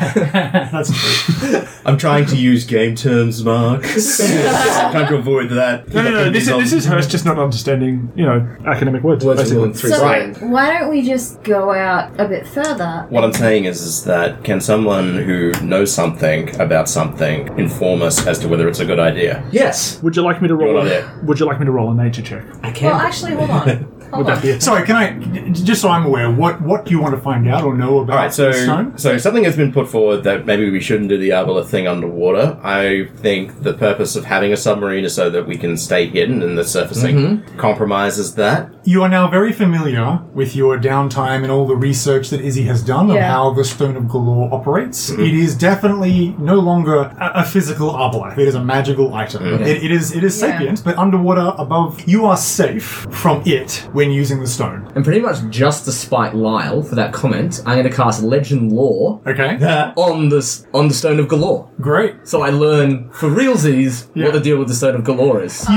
[SPEAKER 5] That's true.
[SPEAKER 1] I'm trying to use game terms, Mark. Trying to avoid that.
[SPEAKER 7] no, no, no. This is, this is Hurst just not understanding, you know, academic words.
[SPEAKER 8] Words
[SPEAKER 7] basically.
[SPEAKER 8] are worn through
[SPEAKER 9] Uh, So
[SPEAKER 8] brain.
[SPEAKER 9] why don't we just go out a bit further?
[SPEAKER 6] What I'm saying is, is that can someone who knows something about something inform us as to whether it's a good idea?
[SPEAKER 8] Yes,
[SPEAKER 7] Would you like me to roll?
[SPEAKER 6] You're not
[SPEAKER 7] A,
[SPEAKER 6] there.
[SPEAKER 7] would you like me to roll a nature check?
[SPEAKER 8] I can.
[SPEAKER 9] Well, actually, hold on. Hold on.
[SPEAKER 5] Sorry, can I? Just so I'm aware, what what do you want to find out or know about
[SPEAKER 6] All right, so
[SPEAKER 5] this time?
[SPEAKER 6] so something has been put forward that maybe we shouldn't do the Arbola thing underwater. I think the purpose of having a submarine is so that we can stay hidden, and the surfacing
[SPEAKER 5] Mm-hmm.
[SPEAKER 6] compromises that.
[SPEAKER 5] You are now very familiar with your downtime and all the research that Izzy has done on
[SPEAKER 10] Yeah.
[SPEAKER 5] how the Stone of Galore operates.
[SPEAKER 8] Mm-hmm.
[SPEAKER 5] It is definitely no longer a, a physical obelisk. It is a magical item.
[SPEAKER 8] Mm-hmm.
[SPEAKER 5] It, it is it is
[SPEAKER 9] Yeah.
[SPEAKER 5] sapient, but underwater above, you are safe from it when using the stone.
[SPEAKER 8] and pretty much just to spite Lyle for that comment, I'm going to cast Legend Law
[SPEAKER 5] Okay,
[SPEAKER 8] on this on the Stone of Galore.
[SPEAKER 5] great.
[SPEAKER 8] So I learn for realsies
[SPEAKER 5] Yeah.
[SPEAKER 8] what the deal with the Stone of Galore is.
[SPEAKER 5] You,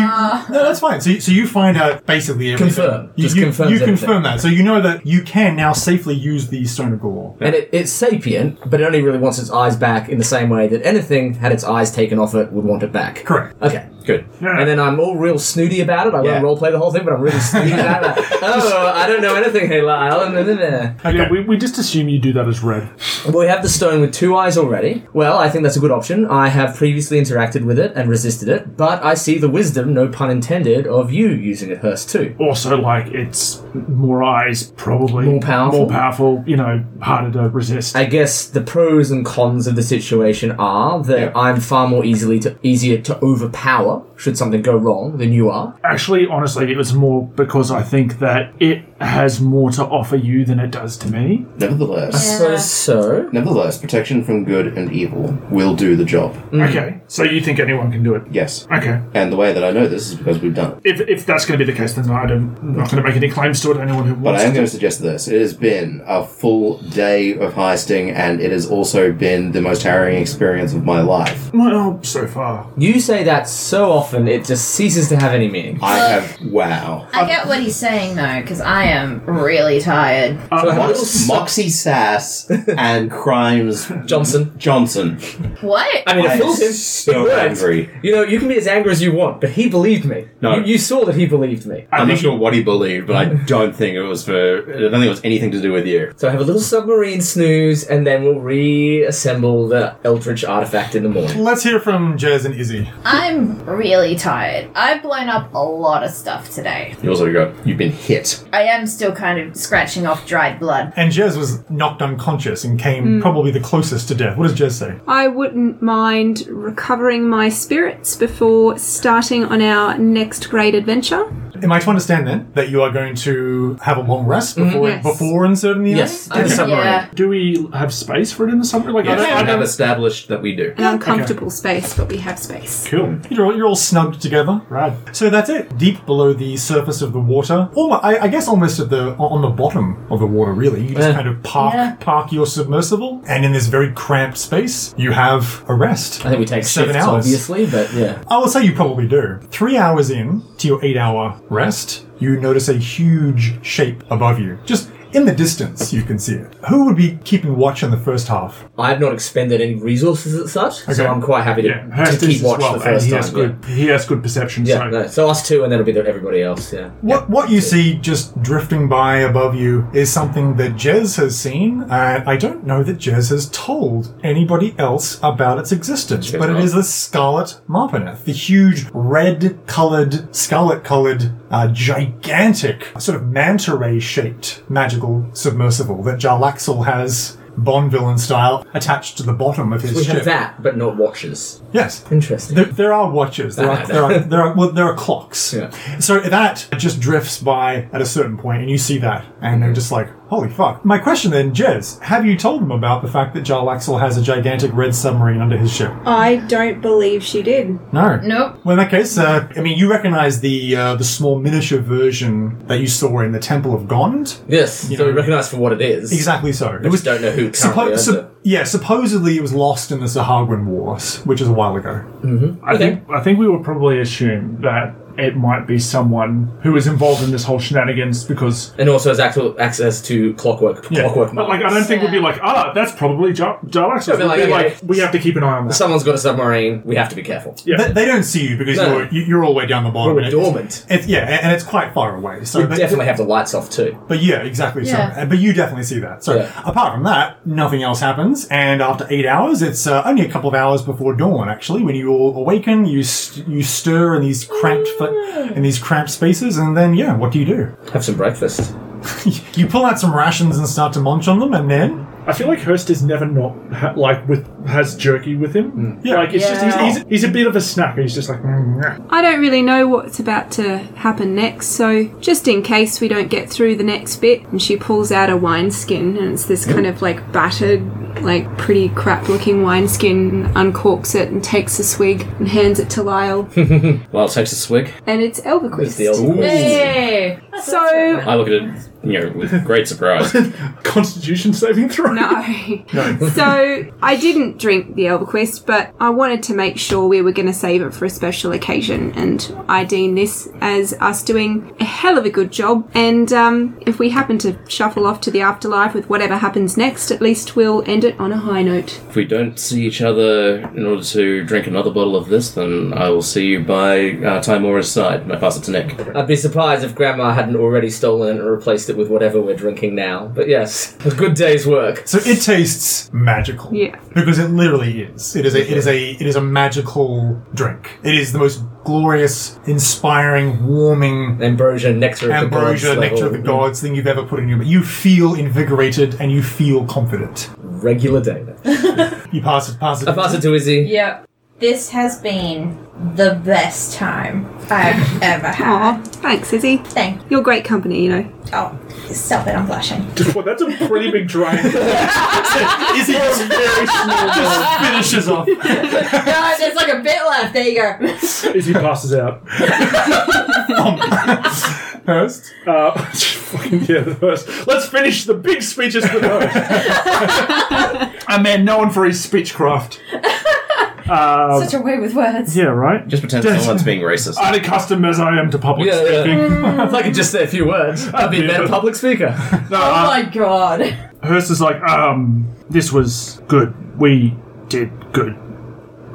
[SPEAKER 5] no, that's fine. So, you- so you find out basically everything.
[SPEAKER 8] Confirm.
[SPEAKER 5] You,
[SPEAKER 8] Just
[SPEAKER 5] you,
[SPEAKER 8] confirms
[SPEAKER 5] you confirm
[SPEAKER 8] everything.
[SPEAKER 5] that. So you know that you can now safely use the Stone of Galore.
[SPEAKER 8] And it, it's sapient, but it only really wants its eyes back in the same way that anything had its eyes taken off it would want it back.
[SPEAKER 5] Correct.
[SPEAKER 8] Okay.
[SPEAKER 6] Good.
[SPEAKER 8] And then I'm all real snooty about it. I
[SPEAKER 6] Yeah.
[SPEAKER 8] won't roleplay the whole thing, but I'm really snooty about it. Like, oh, I don't know anything, hey Lyle. And then- then- then.
[SPEAKER 7] Yeah, we, we just assume you do that as red.
[SPEAKER 8] We have the stone with two eyes already. Well, I think that's a good option. I have previously interacted with it and resisted it, but I see the wisdom, no pun intended, of you using it, Hearst, too.
[SPEAKER 7] Also, like it's more eyes, probably
[SPEAKER 8] More powerful?
[SPEAKER 7] more powerful. You know, harder to resist.
[SPEAKER 8] I guess the pros and cons of the situation are that I'm far more easily to, easier to overpower should something go wrong than you are.
[SPEAKER 7] Actually, honestly, it was more because I think that it has more to offer you than it does to me.
[SPEAKER 6] Nevertheless,
[SPEAKER 8] So so.
[SPEAKER 6] nevertheless, protection from good and evil will do the job.
[SPEAKER 8] Mm.
[SPEAKER 7] Okay, so you think anyone can do it?
[SPEAKER 6] Yes.
[SPEAKER 7] Okay.
[SPEAKER 6] And the way that I know this is because we've done it.
[SPEAKER 7] If, if that's going to be the case, then I don't, I'm not going to make any claims to it. Anyone who
[SPEAKER 6] But
[SPEAKER 7] wants
[SPEAKER 6] I am
[SPEAKER 7] to.
[SPEAKER 6] going to suggest this. It has been a full day of heisting, and it has also been the most harrowing experience of my life.
[SPEAKER 7] Well, so far.
[SPEAKER 8] You say that so often it just ceases to have any meaning.
[SPEAKER 6] I have wow.
[SPEAKER 9] I get what he's saying though, because I am really tired.
[SPEAKER 8] So I have a little
[SPEAKER 6] Mox,
[SPEAKER 8] smock,
[SPEAKER 6] Moxie Sass and Crimes
[SPEAKER 8] Johnson.
[SPEAKER 6] Johnson.
[SPEAKER 9] What?
[SPEAKER 8] I mean, it
[SPEAKER 6] I'm
[SPEAKER 8] fills him.
[SPEAKER 6] so
[SPEAKER 8] it worked.
[SPEAKER 6] angry.
[SPEAKER 8] You know, you can be as angry as you want, but he believed me.
[SPEAKER 6] No.
[SPEAKER 8] You, you saw that he believed me.
[SPEAKER 6] I'm not
[SPEAKER 7] I think- Mm-hmm.
[SPEAKER 6] sure what he believed, but I don't think it was for. I don't think it was anything to do with you.
[SPEAKER 8] So have a little submarine snooze, and then we'll reassemble the Eldritch artifact in the morning.
[SPEAKER 5] Let's hear from Jez and Izzy.
[SPEAKER 9] I'm really tired. I've blown up a lot of stuff today.
[SPEAKER 6] You also got you've been hit.
[SPEAKER 9] I am still kind of scratching off dried blood.
[SPEAKER 5] And Jez was knocked unconscious and came
[SPEAKER 8] Hmm.
[SPEAKER 5] probably the closest to death. What does Jez say?
[SPEAKER 4] I wouldn't mind recovering my spirits before starting on our next great adventure.
[SPEAKER 5] Am I to understand then that you are going to have a long rest before
[SPEAKER 4] Yes.
[SPEAKER 5] before inserting the
[SPEAKER 8] Mm, Yes.
[SPEAKER 5] item?
[SPEAKER 8] Okay.
[SPEAKER 5] submarine.
[SPEAKER 9] Yeah.
[SPEAKER 7] Do we have space for it in the summer? Like,
[SPEAKER 6] Yes,
[SPEAKER 7] I don't, I
[SPEAKER 6] we
[SPEAKER 7] don't
[SPEAKER 6] have established that we do.
[SPEAKER 4] An uncomfortable space, but we have space.
[SPEAKER 7] Cool.
[SPEAKER 5] You're all, you're all snugged together.
[SPEAKER 7] Rad.
[SPEAKER 5] So that's it. Deep below the surface of the water, almost, I, I guess almost at the on the bottom of the water. Really, you just
[SPEAKER 8] Yeah.
[SPEAKER 5] kind of park
[SPEAKER 9] Yeah.
[SPEAKER 5] park your submersible, and in this very cramped space, you have a rest.
[SPEAKER 8] I think we take
[SPEAKER 5] Seven
[SPEAKER 8] shifts,
[SPEAKER 5] hours.
[SPEAKER 8] obviously, but yeah.
[SPEAKER 5] I will say you probably do. Three hours in to your eight hour rest, you notice a huge shape above you. Just in the distance, you can see it. Who would be keeping watch in the first half?
[SPEAKER 8] I've not expended any resources as such,
[SPEAKER 5] Okay.
[SPEAKER 8] so I'm quite happy to,
[SPEAKER 7] Yeah,
[SPEAKER 8] to
[SPEAKER 7] Hurst is
[SPEAKER 8] keep
[SPEAKER 7] as
[SPEAKER 8] watch
[SPEAKER 7] well,
[SPEAKER 8] the first
[SPEAKER 7] and he
[SPEAKER 8] time.
[SPEAKER 7] has good. He has good perception.
[SPEAKER 8] yeah,
[SPEAKER 7] so
[SPEAKER 8] yeah no, so us two, and then it'll be everybody else. Yeah.
[SPEAKER 5] What, what you see just drifting by above you is something that Jez has seen, and I don't know that Jez has told anybody else about its existence, but it
[SPEAKER 6] not.
[SPEAKER 5] is the Scarlet Marpeneth, the huge red-colored, scarlet-colored, uh, gigantic, sort of manta ray-shaped magical submersible that Jarlaxle has Bond-villain style attached to the bottom of his
[SPEAKER 8] We
[SPEAKER 5] ship.
[SPEAKER 8] have that, but not watches.
[SPEAKER 5] Yes.
[SPEAKER 8] Interesting.
[SPEAKER 5] There, there are watches. There are, there are there are well, there are clocks.
[SPEAKER 8] Yeah.
[SPEAKER 5] So that just drifts by at a certain point, and you see that, and
[SPEAKER 8] Mm-hmm.
[SPEAKER 5] they're just like, "Holy fuck!" My question then, Jez, have you told them about the fact that Jarl Axel has a gigantic red submarine under his ship?
[SPEAKER 3] I don't believe she did.
[SPEAKER 5] No.
[SPEAKER 9] Nope.
[SPEAKER 5] Well, in that case, uh, I mean, you recognize the uh, the small miniature version that you saw in the Temple of Gond.
[SPEAKER 8] Yes, so we
[SPEAKER 5] know.
[SPEAKER 8] recognise for what it is.
[SPEAKER 5] Exactly so.
[SPEAKER 8] We just don't know who currently
[SPEAKER 5] Suppo-
[SPEAKER 8] owns
[SPEAKER 5] sup-
[SPEAKER 8] it.
[SPEAKER 5] yeah, supposedly it was lost in the Sahagwin Wars, which is a while ago.
[SPEAKER 7] I think I think we would probably assume that it might be someone who was involved in this whole shenanigans because.
[SPEAKER 8] And also has actual access to clockwork. Clockwork.
[SPEAKER 7] But like, I don't think we'd be like, ah, that's probably Jar- Jarlax.
[SPEAKER 8] Yeah,
[SPEAKER 7] We'd
[SPEAKER 8] but
[SPEAKER 7] be
[SPEAKER 8] like,
[SPEAKER 7] like,
[SPEAKER 8] okay.
[SPEAKER 7] we have to keep an eye on that.
[SPEAKER 8] Someone's got a submarine. We have to be careful.
[SPEAKER 7] Yeah.
[SPEAKER 5] They, they don't see you because
[SPEAKER 8] No.
[SPEAKER 5] you're, you- you're all the way down the bottom.
[SPEAKER 8] We're
[SPEAKER 5] and it's-
[SPEAKER 8] dormant.
[SPEAKER 5] It's, yeah, and and it's quite far away. So
[SPEAKER 8] We
[SPEAKER 5] but,
[SPEAKER 8] definitely have the lights off too.
[SPEAKER 5] but yeah, exactly.
[SPEAKER 9] Yeah.
[SPEAKER 5] So, uh, but you definitely see that. So
[SPEAKER 8] Yeah.
[SPEAKER 5] apart from that, nothing else happens. And after eight hours, it's uh, only a couple of hours before dawn. Actually, when you all awaken, you st- you stir in these cramped fa- in these cramped spaces, and then yeah, what do you do?
[SPEAKER 8] Have some breakfast.
[SPEAKER 5] you pull out some rations and start to munch on them, and then
[SPEAKER 7] I feel like Hurst is never not ha- like with has jerky with him.
[SPEAKER 8] Hmm.
[SPEAKER 7] Yeah, like it's just
[SPEAKER 9] Yeah.
[SPEAKER 7] he's, he's, he's a bit of a snacker. He's just like. "Mm, yeah."
[SPEAKER 4] I don't really know what's about to happen next, so just in case we don't get through the next bit, and she pulls out a wineskin, and it's this kind of like battered, like pretty crap looking wineskin, and uncorks it and takes a swig and hands it to Lyle,
[SPEAKER 6] Well, it takes a swig.
[SPEAKER 4] and it's
[SPEAKER 8] It's the
[SPEAKER 4] Elverquist.
[SPEAKER 8] old
[SPEAKER 9] Hey.
[SPEAKER 4] So,
[SPEAKER 6] I look at it, you know, with great surprise.
[SPEAKER 7] Constitution saving throw.
[SPEAKER 4] no. so, I didn't drink the Elverquist, but I wanted to make sure we were going to save it for a special occasion, and I deem this as us doing a hell of a good job. And um, if we happen to shuffle off to the afterlife with whatever happens next, at least we'll end it on a high note.
[SPEAKER 6] if we don't see each other in order to drink another bottle of this, then I will see you by uh, Timora's side. And I pass it to Nick.
[SPEAKER 8] I'd be surprised if Grandma hadn't already stolen it and replaced it with whatever we're drinking now. But yes, a good day's work.
[SPEAKER 5] So it tastes magical.
[SPEAKER 4] Yeah.
[SPEAKER 5] Because it literally is. It is a it is a it is a magical drink. It is the most glorious, inspiring, warming
[SPEAKER 8] Ambrosia, nectar of
[SPEAKER 5] ambrosia,
[SPEAKER 8] the gods
[SPEAKER 5] nectar of the
[SPEAKER 8] level.
[SPEAKER 5] gods thing you've ever put in your mouth. You feel invigorated and you feel confident.
[SPEAKER 8] Regular day. then.
[SPEAKER 5] You pass it pass it.
[SPEAKER 8] I pass it to Izzy.
[SPEAKER 9] Yep. This has been the best time I've ever had.
[SPEAKER 4] Aw, thanks, Izzy.
[SPEAKER 9] Thank.
[SPEAKER 4] You're great company, you know.
[SPEAKER 9] Oh, stop it! I'm blushing.
[SPEAKER 7] Well, that's a pretty big drain.
[SPEAKER 5] Is it just very small just finishes off.
[SPEAKER 9] no, there's like a bit left. There you go.
[SPEAKER 7] As he passes out.
[SPEAKER 5] First.
[SPEAKER 7] Uh, fucking yeah, the first. Let's finish the big speeches with those. a man known for his speechcraft. Uh,
[SPEAKER 10] Such a way with words.
[SPEAKER 7] yeah, right.
[SPEAKER 6] Just pretend someone's being racist.
[SPEAKER 7] Unaccustomed as I am to public
[SPEAKER 8] Yeah, yeah.
[SPEAKER 7] speaking.
[SPEAKER 8] If I could just say a few words, I'd be a better public speaker.
[SPEAKER 7] No,
[SPEAKER 9] Oh
[SPEAKER 7] uh,
[SPEAKER 9] my god.
[SPEAKER 7] Hearst is like, um, this was good. We did good.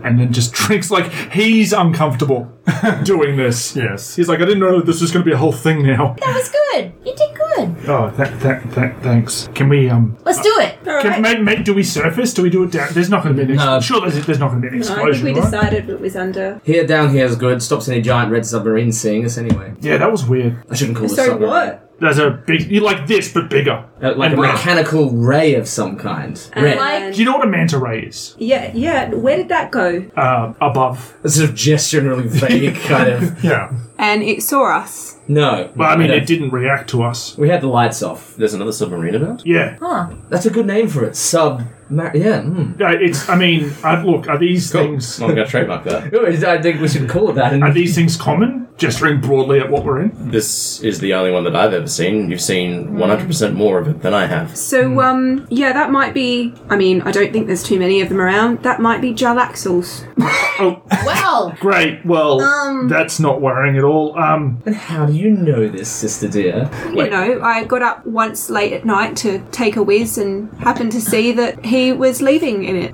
[SPEAKER 7] And then just drinks like he's uncomfortable doing this.
[SPEAKER 5] Yes.
[SPEAKER 7] He's like, I didn't know this was going to be a whole thing now.
[SPEAKER 9] That was good. You did good. good.
[SPEAKER 7] Oh, th- th- th- thanks. Can we, um.
[SPEAKER 9] Let's do it.
[SPEAKER 7] Can, ma- ma- do we surface? Do we do it down? There's not going to be an
[SPEAKER 8] No.
[SPEAKER 7] explosion. Sure, there's, there's not going to be an
[SPEAKER 3] No, I think
[SPEAKER 7] explosion,
[SPEAKER 3] we
[SPEAKER 7] right?
[SPEAKER 3] decided it was under.
[SPEAKER 8] Here, down here is good. Stops any giant red submarine seeing us anyway.
[SPEAKER 7] Yeah, that was weird.
[SPEAKER 8] I shouldn't call it
[SPEAKER 3] So
[SPEAKER 8] submarine.
[SPEAKER 3] what?
[SPEAKER 7] There's a big. you like this, but bigger.
[SPEAKER 8] Uh, like
[SPEAKER 7] And
[SPEAKER 8] a
[SPEAKER 7] red.
[SPEAKER 8] mechanical ray of some kind. Red.
[SPEAKER 9] Like-
[SPEAKER 7] Do you know what a manta ray is?
[SPEAKER 3] Yeah, yeah. Where did that go?
[SPEAKER 7] Uh, above.
[SPEAKER 8] a sort of gestionally vague kind of.
[SPEAKER 5] Yeah.
[SPEAKER 4] And it saw us.
[SPEAKER 8] No.
[SPEAKER 7] Well, I mean,
[SPEAKER 8] don't-
[SPEAKER 7] it didn't react to us.
[SPEAKER 8] We had the lights off.
[SPEAKER 6] There's another submarine about?
[SPEAKER 7] Yeah.
[SPEAKER 9] Huh.
[SPEAKER 8] That's a good name for it. Sub. Mar- yeah. Mm.
[SPEAKER 7] Uh, it's. I mean, I, look, are these things.
[SPEAKER 6] Oh, I'm going to trademark that.
[SPEAKER 8] I think we should call it that. And
[SPEAKER 7] Are these things common? Gesturing broadly at what we're in.
[SPEAKER 6] This is the only one that I've ever seen. You've
[SPEAKER 7] Mm.
[SPEAKER 6] seen 100% more of it than I have.
[SPEAKER 7] Hmm.
[SPEAKER 4] So, um,
[SPEAKER 3] Yeah, that might be. I mean, I don't think there's too many of them around. That might be Jalaxels.
[SPEAKER 7] Oh,
[SPEAKER 9] Well,
[SPEAKER 7] great. Well,
[SPEAKER 9] Um.
[SPEAKER 7] that's not worrying at all. Um,
[SPEAKER 8] how do you know this, sister dear?
[SPEAKER 4] you know, I got up once late at night to take a whiz and happened to see that he was leaving in it.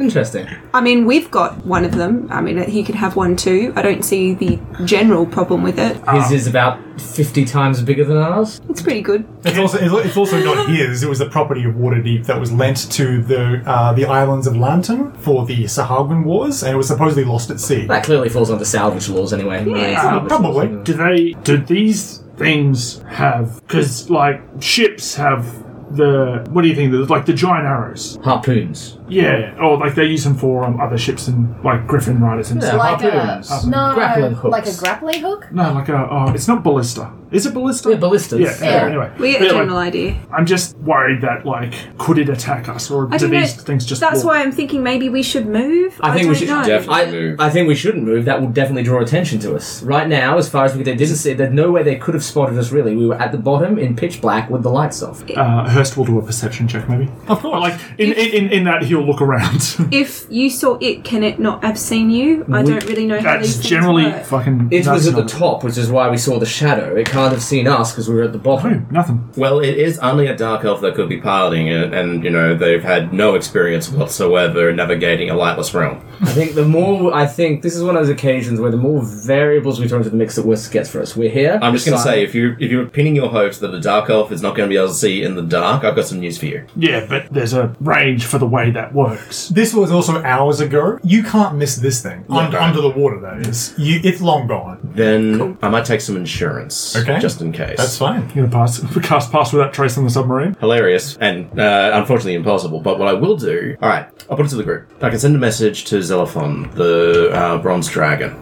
[SPEAKER 8] Interesting.
[SPEAKER 4] I mean, we've got one of them. I mean, he could have one too. I don't see the general problem with it.
[SPEAKER 8] His
[SPEAKER 7] Ah.
[SPEAKER 8] is about 50 times bigger than ours.
[SPEAKER 4] It's pretty good.
[SPEAKER 5] It's also it's it's also not his. It was the property of Waterdeep that was lent to the uh, the islands of Lantern for the Sahagin Wars, and it was supposedly lost at sea.
[SPEAKER 8] That clearly falls under salvage laws anyway. Yeah,
[SPEAKER 7] Ah,
[SPEAKER 5] probably.
[SPEAKER 7] do they? Do these things have? Because like ships have. The what do you think? The, like the giant arrows,
[SPEAKER 8] Harpoons.
[SPEAKER 7] yeah, or like they use them for um, other ships and like Griffin riders and
[SPEAKER 8] Yeah,
[SPEAKER 7] stuff.
[SPEAKER 9] like uh, a
[SPEAKER 8] harpoons.
[SPEAKER 9] no,
[SPEAKER 8] Grappling hooks.
[SPEAKER 9] like a grappling hook.
[SPEAKER 7] No, like a oh, it's not ballista. Is it ballista?
[SPEAKER 8] Yeah, ballistas.
[SPEAKER 7] Yeah,
[SPEAKER 9] Yeah.
[SPEAKER 7] anyway.
[SPEAKER 4] We get a
[SPEAKER 7] Anyway,
[SPEAKER 4] general idea.
[SPEAKER 7] I'm just worried that like could it attack us or
[SPEAKER 4] I
[SPEAKER 7] do
[SPEAKER 4] don't know.
[SPEAKER 7] these things just
[SPEAKER 3] That's
[SPEAKER 7] walk?
[SPEAKER 3] why I'm thinking maybe we should move.
[SPEAKER 8] I think we
[SPEAKER 3] don't
[SPEAKER 8] should
[SPEAKER 3] know.
[SPEAKER 6] definitely-
[SPEAKER 8] I,
[SPEAKER 6] Move.
[SPEAKER 8] I think we shouldn't move. That will definitely draw attention to us. Right now, as far as we could, they didn't see. There's no way they could have spotted us. Really, we were at the bottom in pitch black with the lights off.
[SPEAKER 7] uh, Hurst will do a perception check maybe. Of course. Like in, in, in, in that he'll look around.
[SPEAKER 3] If you saw it, can it not have seen you? I don't really know how these
[SPEAKER 7] That's
[SPEAKER 3] things
[SPEAKER 7] generally
[SPEAKER 3] work.
[SPEAKER 7] fucking
[SPEAKER 8] It was at the
[SPEAKER 7] nuts, no.
[SPEAKER 8] top, which is why we saw the shadow. It can't have seen us because we were at the bottom.
[SPEAKER 7] No, nothing.
[SPEAKER 6] Well, it is only a dark elf that could be piloting it, and, you know, they've had no experience whatsoever navigating a lightless realm.
[SPEAKER 8] I think the more I think this is one of those occasions where the more variables we throw into the mix, the worse it gets for us. We're here.
[SPEAKER 6] I'm just going to
[SPEAKER 8] Silent.
[SPEAKER 6] say, if you're, if you're pinning your hopes that a dark elf is not going to be able to see in the dark, I've got some news for you.
[SPEAKER 7] Yeah, but there's a range for the way that works.
[SPEAKER 5] This was also hours ago. You can't miss this thing Un-
[SPEAKER 6] no.
[SPEAKER 5] under the water. That is, you, it's long gone.
[SPEAKER 6] Then I might take some insurance.
[SPEAKER 5] Okay.
[SPEAKER 6] Just in case.
[SPEAKER 5] That's fine.
[SPEAKER 7] You know, pass cast past without tracing the submarine.
[SPEAKER 6] hilarious and uh, unfortunately impossible. But what I will do, all right, I'll put it to the group. I can send a message to Xelophon, the uh, Bronze Dragon.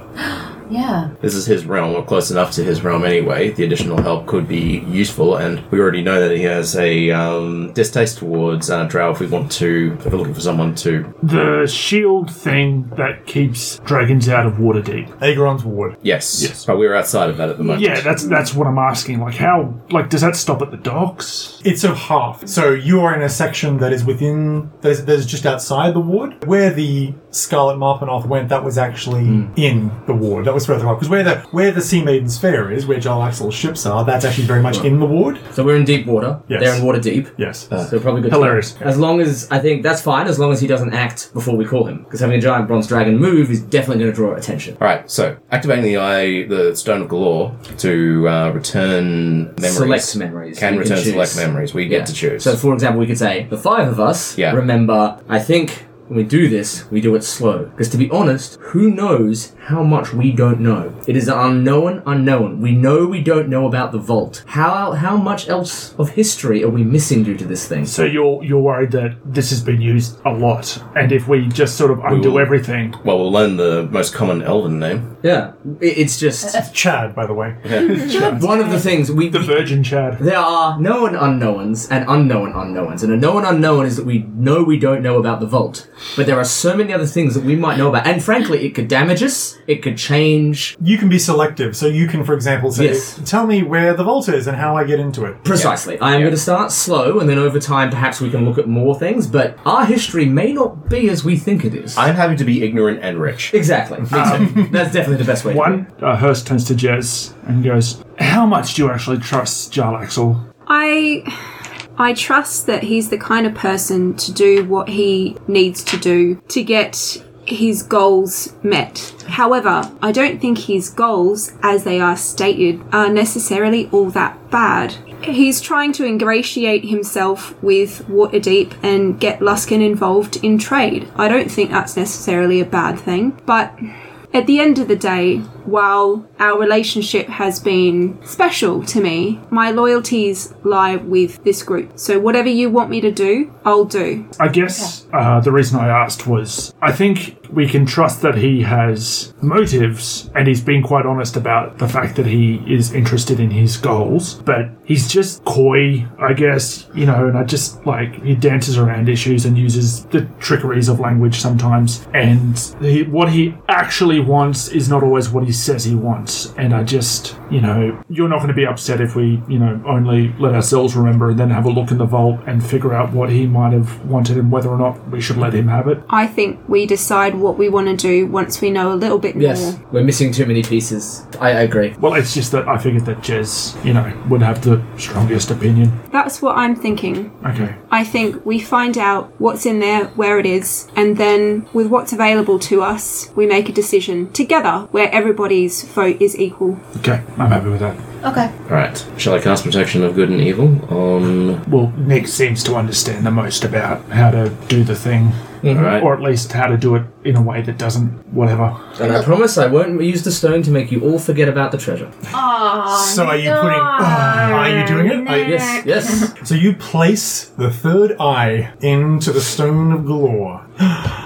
[SPEAKER 9] Yeah.
[SPEAKER 6] This is his realm, or close enough to his realm anyway. The additional help could be useful, and we already know that he has a um, distaste towards uh, Drow. If we want to, if we're looking for someone to,
[SPEAKER 7] The shield thing that keeps dragons out of water deep.
[SPEAKER 5] Aegon's ward.
[SPEAKER 6] yes,
[SPEAKER 7] Yes.
[SPEAKER 6] but we're outside of that at the moment.
[SPEAKER 7] Yeah, that's that's what I'm asking. Like, how? Like, does that stop at the docks?
[SPEAKER 5] It's a half. So you are in a section that is within, that is, that is just outside the ward. Where the Scarlet Marpanoth went, that was actually in the ward. That was further up. Because where the where the Sea Maiden's Fair is, where Jarl Axel's ships are, that's actually very much in the ward. Uh,
[SPEAKER 8] So we're in deep water.
[SPEAKER 5] Yes.
[SPEAKER 8] They're in water deep.
[SPEAKER 5] Yes.
[SPEAKER 8] So probably good.
[SPEAKER 7] Hilarious.
[SPEAKER 8] As long as I think that's fine. As long as he doesn't act before we call him, because having a giant bronze dragon move is definitely going to draw attention.
[SPEAKER 6] All right, so activating the eye, the Stone of Galore to uh, return memories.
[SPEAKER 8] Select memories.
[SPEAKER 6] Can
[SPEAKER 8] We can
[SPEAKER 6] return select
[SPEAKER 8] choose.
[SPEAKER 6] memories. We
[SPEAKER 8] Yeah.
[SPEAKER 6] get to choose.
[SPEAKER 8] So, for example, we could say the five of us
[SPEAKER 6] Yeah.
[SPEAKER 8] remember. I think when we do this, we do it slow because, to be honest, who knows how much we don't know? It is an unknown, unknown. We know we don't know about the vault. How how much else of history are we missing due to this thing?
[SPEAKER 7] So you're you're worried that this has been used a lot, and if we just sort of undo
[SPEAKER 6] will-
[SPEAKER 7] everything,
[SPEAKER 6] well, we'll learn the most common Elven name.
[SPEAKER 8] Yeah, it, it's just
[SPEAKER 5] Chad, by the way.
[SPEAKER 8] one of the things we.
[SPEAKER 7] the Virgin Chad.
[SPEAKER 8] there are known unknowns and unknown unknowns, and a known unknown is that we know we don't know about the vault. But there are so many other things that we might know about, and frankly, it could damage us. It could change
[SPEAKER 5] You can be selective. So you can, for example, say,
[SPEAKER 8] Yes.
[SPEAKER 5] tell me where the vault is and how I get into it.
[SPEAKER 8] Precisely. I am going to start slow, and then over time, perhaps we can look at more things. But our history may not be as we think it is.
[SPEAKER 6] I'm happy to be ignorant and rich.
[SPEAKER 8] exactly. Me too. That's definitely the best way. To do it.
[SPEAKER 7] One uh, Hurst turns to Jez and goes, "How much do you actually trust Jarl Axel?"
[SPEAKER 4] I I trust that he's the kind of person to do what he needs to do to get
[SPEAKER 3] his goals met. However, I don't think his goals, as they are stated, are necessarily all that bad. He's trying to ingratiate himself with Waterdeep and get Luskin involved in trade. I don't think that's necessarily a bad thing, but at the end of the day, while our relationship has been special to me, my loyalties lie with this group. So whatever you want me to do, I'll do.
[SPEAKER 7] I guess uh, the reason I asked was I think we can trust that he has motives, and he's been quite honest about the fact that he is interested in his goals, but he's just coy, I guess, you know, and I just like he dances around issues and uses the trickeries of language sometimes, and he, what he actually wants is not always what he says he wants, and I just, you know, you're not going to be upset if we, you know, only let ourselves remember and then have a look in the vault and figure out what he might have wanted and whether or not we should let him have it.
[SPEAKER 3] I think we decide what we want to do once we know a little bit
[SPEAKER 8] Yes,
[SPEAKER 3] more.
[SPEAKER 8] we're missing too many pieces. I agree.
[SPEAKER 7] Well, it's just that I figured that Jez, you know, would have the strongest opinion.
[SPEAKER 3] That's what I'm thinking.
[SPEAKER 7] Okay.
[SPEAKER 3] I think we find out what's in there, where it is, and then with what's available to us, we make a decision together where everybody's vote is equal.
[SPEAKER 7] Okay. I'm happy with that.
[SPEAKER 10] Okay.
[SPEAKER 6] Alright. Shall I cast protection of good and evil on.
[SPEAKER 7] Well, Nick seems to understand the most about how to do the thing,
[SPEAKER 6] Alright.
[SPEAKER 7] or at least how to do it in a way that doesn't, whatever.
[SPEAKER 8] And I promise I won't use the stone to make you all forget about the treasure.
[SPEAKER 9] Aw,
[SPEAKER 5] So are you putting? "Oh, are you doing it? Are you-
[SPEAKER 8] Yes, yes.
[SPEAKER 5] So you place the third eye into the stone of galore.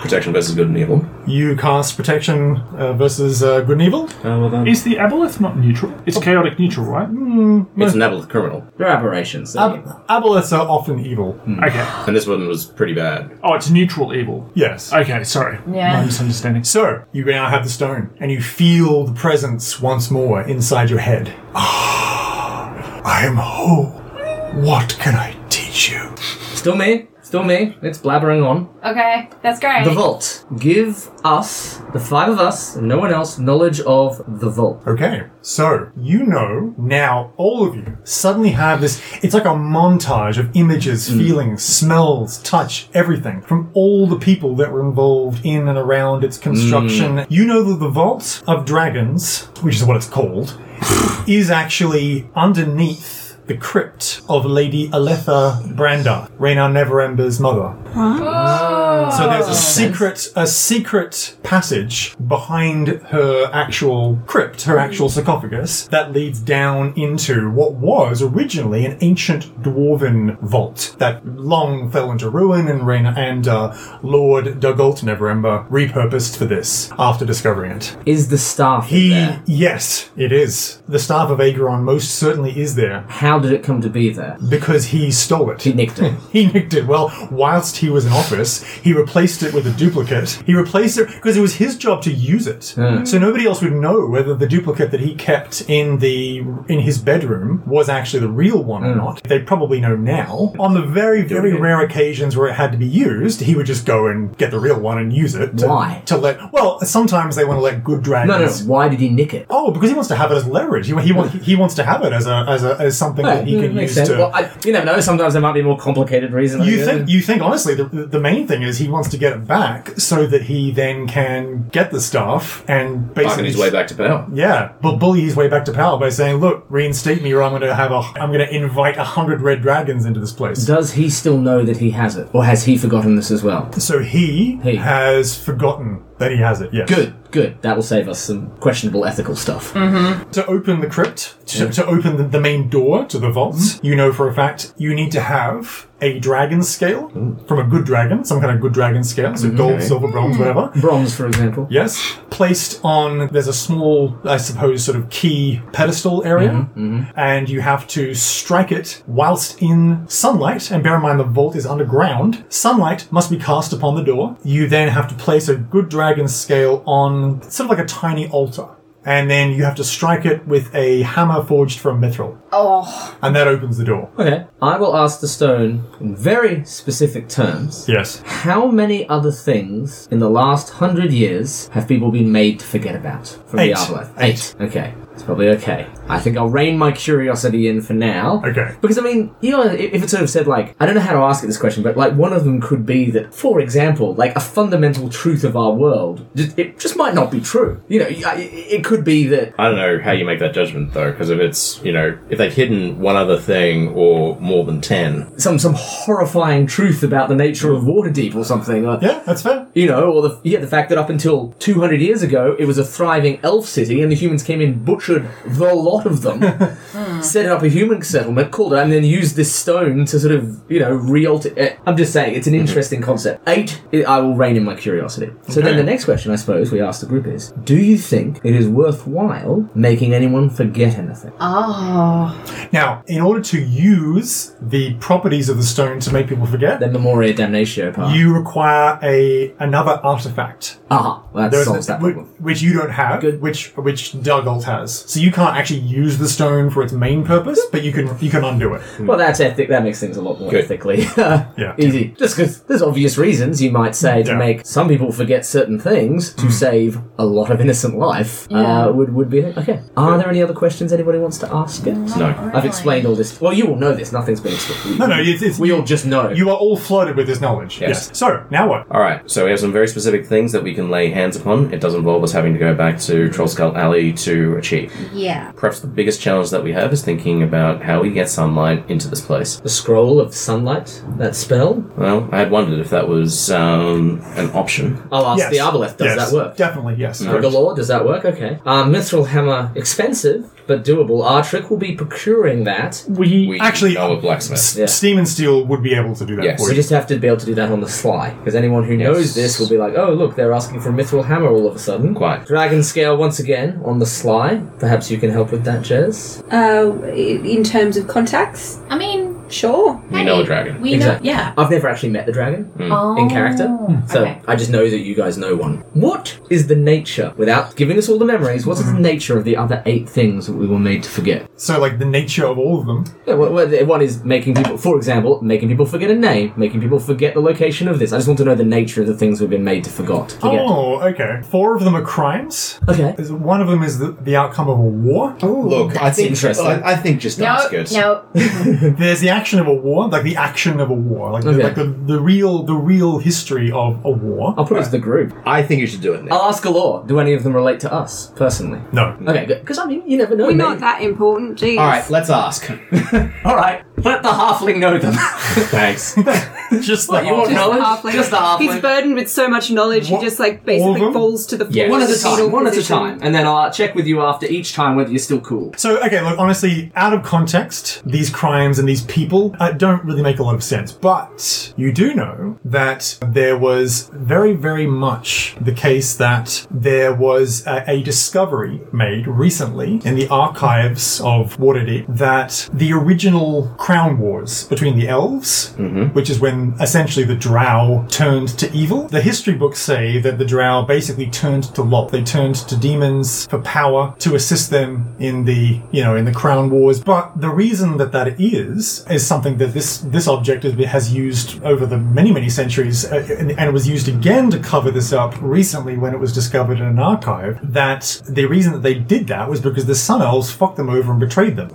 [SPEAKER 6] Protection versus good and evil.
[SPEAKER 5] You cast protection uh, versus uh, good and evil.
[SPEAKER 1] Oh, well done.
[SPEAKER 7] Is the aboleth not neutral? It's chaotic neutral, right?
[SPEAKER 6] It's an aboleth criminal.
[SPEAKER 8] They're aberrations. they're
[SPEAKER 5] Ab-
[SPEAKER 8] evil.
[SPEAKER 5] Aboleths are often evil.
[SPEAKER 7] Okay.
[SPEAKER 6] And this one was pretty bad.
[SPEAKER 7] Oh, it's neutral evil.
[SPEAKER 5] Yes.
[SPEAKER 7] Okay, sorry.
[SPEAKER 9] Yeah.
[SPEAKER 7] My misunderstanding.
[SPEAKER 5] So you now have the stone, and you feel the presence once more inside your head. Ah, I am whole. What can I teach you?
[SPEAKER 8] Still me. Still me. It's blabbering on.
[SPEAKER 9] Okay, that's great.
[SPEAKER 8] The vault. Give us, the five of us, and no one else, knowledge of the vault.
[SPEAKER 5] Okay, so you know now, all of you suddenly have this. It's like a montage of images, feelings, smells, touch, everything from all the people that were involved in and around its construction. You know that the Vault of Dragons, which is what it's called, is actually underneath the crypt of Lady Aletha Branda, Reynar Neverember's mother.
[SPEAKER 8] Oh,
[SPEAKER 5] So there's a secret, a secret passage behind her actual crypt, her
[SPEAKER 8] Hmm.
[SPEAKER 5] actual sarcophagus, that leads down into what was originally an ancient dwarven vault that long fell into ruin, and Rain and uh, Lord Dugalt Neverember repurposed for this after discovering it.
[SPEAKER 8] Is the staff in
[SPEAKER 5] He,
[SPEAKER 8] there?
[SPEAKER 5] yes, it is the staff of Aegiron. Most certainly is there
[SPEAKER 8] How did it come to be there?
[SPEAKER 5] because he stole it.
[SPEAKER 8] He nicked it.
[SPEAKER 5] He nicked it. Well, whilst he was in office, he replaced it with a duplicate. He replaced it because it was his job to use it.
[SPEAKER 8] Hmm.
[SPEAKER 5] So nobody else would know whether the duplicate that he kept in the in his bedroom was actually the real one
[SPEAKER 8] Hmm.
[SPEAKER 5] or not. They probably know now. On the very, very rare occasions where it had to be used, he would just go and get the real one and use it. to-
[SPEAKER 8] Why?
[SPEAKER 5] To let well, sometimes they want to let good dragons
[SPEAKER 8] No, no, no. Why did he nick it?
[SPEAKER 5] Oh, because he wants to have it as leverage. He, he, wants, he wants to have it as a as a as something that Oh, he
[SPEAKER 8] Yeah,
[SPEAKER 5] can
[SPEAKER 8] Mm, makes
[SPEAKER 5] use
[SPEAKER 8] sense.
[SPEAKER 5] to.
[SPEAKER 8] Well, I, you never know. Sometimes there might be more complicated reason. uh, I
[SPEAKER 5] You
[SPEAKER 8] guess.
[SPEAKER 5] think you think honestly the, the main thing is he wants to get it back so that he then can get the stuff and
[SPEAKER 6] Bargain
[SPEAKER 5] basically
[SPEAKER 6] his way back to power.
[SPEAKER 5] Yeah, but bully his way back to power by saying, "Look, reinstate me, or I'm going to have a I'm going to invite a hundred red dragons into this place."
[SPEAKER 8] Does he still know that he has it, or has he forgotten this as well?
[SPEAKER 5] So he,
[SPEAKER 8] He.
[SPEAKER 5] has forgotten that he has it. Yes.
[SPEAKER 8] Good, good. That will save us some questionable ethical stuff.
[SPEAKER 5] Mm. To open the crypt, to, to open the, the main door to the vault,
[SPEAKER 6] Hmm.
[SPEAKER 5] you know for a fact you need to have a dragon scale from a good dragon, some kind of good dragon scale, so
[SPEAKER 6] Mm-hmm.
[SPEAKER 5] gold, silver,
[SPEAKER 6] Hmm.
[SPEAKER 5] bronze, whatever.
[SPEAKER 8] Bronze, for example.
[SPEAKER 5] Yes. Placed on, there's a small, I suppose, sort of key pedestal area, and you have to strike it whilst in sunlight. And bear in mind the vault is underground. Sunlight must be cast upon the door. You then have to place a good dragon scale on sort of like a tiny altar. And then you have to strike it with a hammer forged from mithril.
[SPEAKER 9] oh,
[SPEAKER 5] And that opens the door.
[SPEAKER 8] Okay. I will ask the stone in very specific terms.
[SPEAKER 5] Yes.
[SPEAKER 8] How many other things in the last hundred years have people been made to forget about from
[SPEAKER 5] Eight.
[SPEAKER 8] the Arbaleth?
[SPEAKER 5] Eight.
[SPEAKER 8] Okay. It's probably okay. I think I'll rein my curiosity in for now.
[SPEAKER 5] Okay.
[SPEAKER 8] Because I mean, you know, i- if it sort of said like, I don't know how to ask it this question, but like one of them could be that, for example, like a fundamental truth of our world, just, it just might not be true. You know, I- it could be that
[SPEAKER 6] I don't know how you make that judgment though, because if it's you know if they've hidden one other thing or more than ten,
[SPEAKER 8] some some horrifying truth about the nature of Waterdeep or something. Or,
[SPEAKER 5] Yeah, that's fair.
[SPEAKER 8] You know, or the yeah, the fact that up until 200 years ago, it was a thriving elf city, and the humans came in, butchered the lot of them,
[SPEAKER 5] Hmm.
[SPEAKER 8] set up a human settlement, called it, and then used this stone to sort of you know re-alter. It. I'm just saying,
[SPEAKER 5] Mhm.
[SPEAKER 8] it's an interesting concept. Eight, I I will rein in my curiosity. So then the next question, I suppose, we asked the group is: Do you think it is worthwhile making anyone forget anything?
[SPEAKER 9] Oh.
[SPEAKER 5] Now, in order to use the properties of the stone to make people forget,
[SPEAKER 8] the Memoria Damnatio part.
[SPEAKER 5] you require a another artifact,
[SPEAKER 8] ah, well, that
[SPEAKER 5] There's
[SPEAKER 8] solves
[SPEAKER 5] the-
[SPEAKER 8] that
[SPEAKER 5] whi-
[SPEAKER 8] problem.
[SPEAKER 5] which you don't have,
[SPEAKER 8] Good.
[SPEAKER 5] which which Dargold has. So you can't actually use the stone for its main purpose, but you can you can undo it.
[SPEAKER 8] Well, that's ethic. That makes things a lot more
[SPEAKER 6] Good.
[SPEAKER 8] ethically
[SPEAKER 5] Yeah.
[SPEAKER 8] easy. Just because there's obvious reasons you might say to
[SPEAKER 5] Yeah.
[SPEAKER 8] make some people forget certain things
[SPEAKER 5] Hmm.
[SPEAKER 8] to save a lot of innocent life uh, would would be okay. Are there any other questions anybody wants to ask? Yet?
[SPEAKER 6] no.
[SPEAKER 8] I've explained all this. Well, you all know this. Nothing's been explained.
[SPEAKER 5] No, no, it's, it's
[SPEAKER 8] we all just know.
[SPEAKER 5] you are all flooded with this knowledge.
[SPEAKER 6] Yes.
[SPEAKER 5] yes. So now what?
[SPEAKER 6] All right, so we have some very specific things that we can lay hands upon. It does involve us having to go back to Troll Skull Alley to achieve.
[SPEAKER 9] Yeah.
[SPEAKER 6] Perhaps the biggest challenge that we have is thinking about how we get sunlight into this place.
[SPEAKER 8] the scroll of sunlight. That spell.
[SPEAKER 6] Well, I had wondered if that was um, an option.
[SPEAKER 8] I'll ask
[SPEAKER 5] Yes.
[SPEAKER 8] the arbalest. Does
[SPEAKER 5] Yes.
[SPEAKER 8] that work?
[SPEAKER 5] Definitely, yes.
[SPEAKER 8] Galore, does that work? Okay. Uh, mithril hammer, expensive but doable. Our trick will be procuring that.
[SPEAKER 7] We,
[SPEAKER 6] We
[SPEAKER 5] Actually-
[SPEAKER 6] know a blacksmith.
[SPEAKER 5] S-
[SPEAKER 8] Yeah.
[SPEAKER 5] Steam and steel would be able to do that
[SPEAKER 6] Yes.
[SPEAKER 5] for
[SPEAKER 8] We
[SPEAKER 5] you.
[SPEAKER 8] just have to be able to do that on the sly, because anyone who knows this will be like, oh, look, they're asking for a mithril hammer all of a sudden.
[SPEAKER 6] Quite.
[SPEAKER 8] Dragon scale once again on the sly. Perhaps you can help with that, Jez.
[SPEAKER 3] Uh, i- in terms of contacts,
[SPEAKER 9] I mean,
[SPEAKER 3] sure.
[SPEAKER 6] We know a dragon.
[SPEAKER 9] we
[SPEAKER 8] Exactly.
[SPEAKER 9] know. Yeah.
[SPEAKER 8] I've never actually met the dragon
[SPEAKER 9] Oh.
[SPEAKER 8] in character, so
[SPEAKER 9] Okay.
[SPEAKER 8] I just know that you guys know one. What is the nature, without giving us all the memories, what's the nature of the other eight things that we were made to forget?
[SPEAKER 5] So, like, the nature of all of them.
[SPEAKER 8] Yeah, what, what, what is making people, for example, making people forget a name, making people forget the location of this? I just want to know the nature of the things we've been made to forgot. Forget.
[SPEAKER 5] Oh, okay. Four of them are crimes.
[SPEAKER 8] Okay.
[SPEAKER 5] Is- One of them is the, the outcome of a war.
[SPEAKER 6] Look, I
[SPEAKER 8] That's
[SPEAKER 6] think
[SPEAKER 8] interesting.
[SPEAKER 6] I, I think just ask it.
[SPEAKER 9] no.
[SPEAKER 5] There's the action of a war, like the action of a war, like,
[SPEAKER 8] Okay.
[SPEAKER 5] the, like the, the real the real history of a war.
[SPEAKER 8] I'll put it to the group.
[SPEAKER 6] I think you should do it. Nick.
[SPEAKER 8] I'll ask galore. Do any of them relate to us personally?
[SPEAKER 5] No.
[SPEAKER 8] Okay, good. Because I mean, you never know.
[SPEAKER 3] We're
[SPEAKER 8] maybe-
[SPEAKER 3] not that important, geez.
[SPEAKER 6] All right, let's ask.
[SPEAKER 8] All right, let the halfling know them.
[SPEAKER 6] Thanks.
[SPEAKER 5] Just
[SPEAKER 8] What,
[SPEAKER 5] the
[SPEAKER 8] you want
[SPEAKER 5] half-
[SPEAKER 8] knowledge?
[SPEAKER 3] halfling.
[SPEAKER 8] Just the
[SPEAKER 3] He's
[SPEAKER 8] halfling.
[SPEAKER 3] burdened with so much knowledge,
[SPEAKER 5] What-
[SPEAKER 3] he just like
[SPEAKER 5] all of
[SPEAKER 3] basically
[SPEAKER 5] them?
[SPEAKER 3] falls to the floor.
[SPEAKER 6] Yeah.
[SPEAKER 8] one at a
[SPEAKER 3] in fetal
[SPEAKER 8] time. One at a
[SPEAKER 3] position.
[SPEAKER 8] time, and then I'll check with you after each time whether you're still cool.
[SPEAKER 5] So, okay, look, honestly, out of context, these crimes and these people uh, don't really make a lot of sense. But you do know that there was very, very much the case that there was a, a discovery made recently in the archives of Waterdeep that the original crown wars between the elves, which is when essentially the drow turned to evil, the history books say that the drow basically turned to Lot. They turned to demons for power to assist them in the you know in the crown wars. But the reason that that is is something that this this object has been- has used over the many many centuries, uh, and, and it was used again to cover this up recently when it was discovered in an archive. That the reason that they did that was because the Sun Elves fucked them over and betrayed them,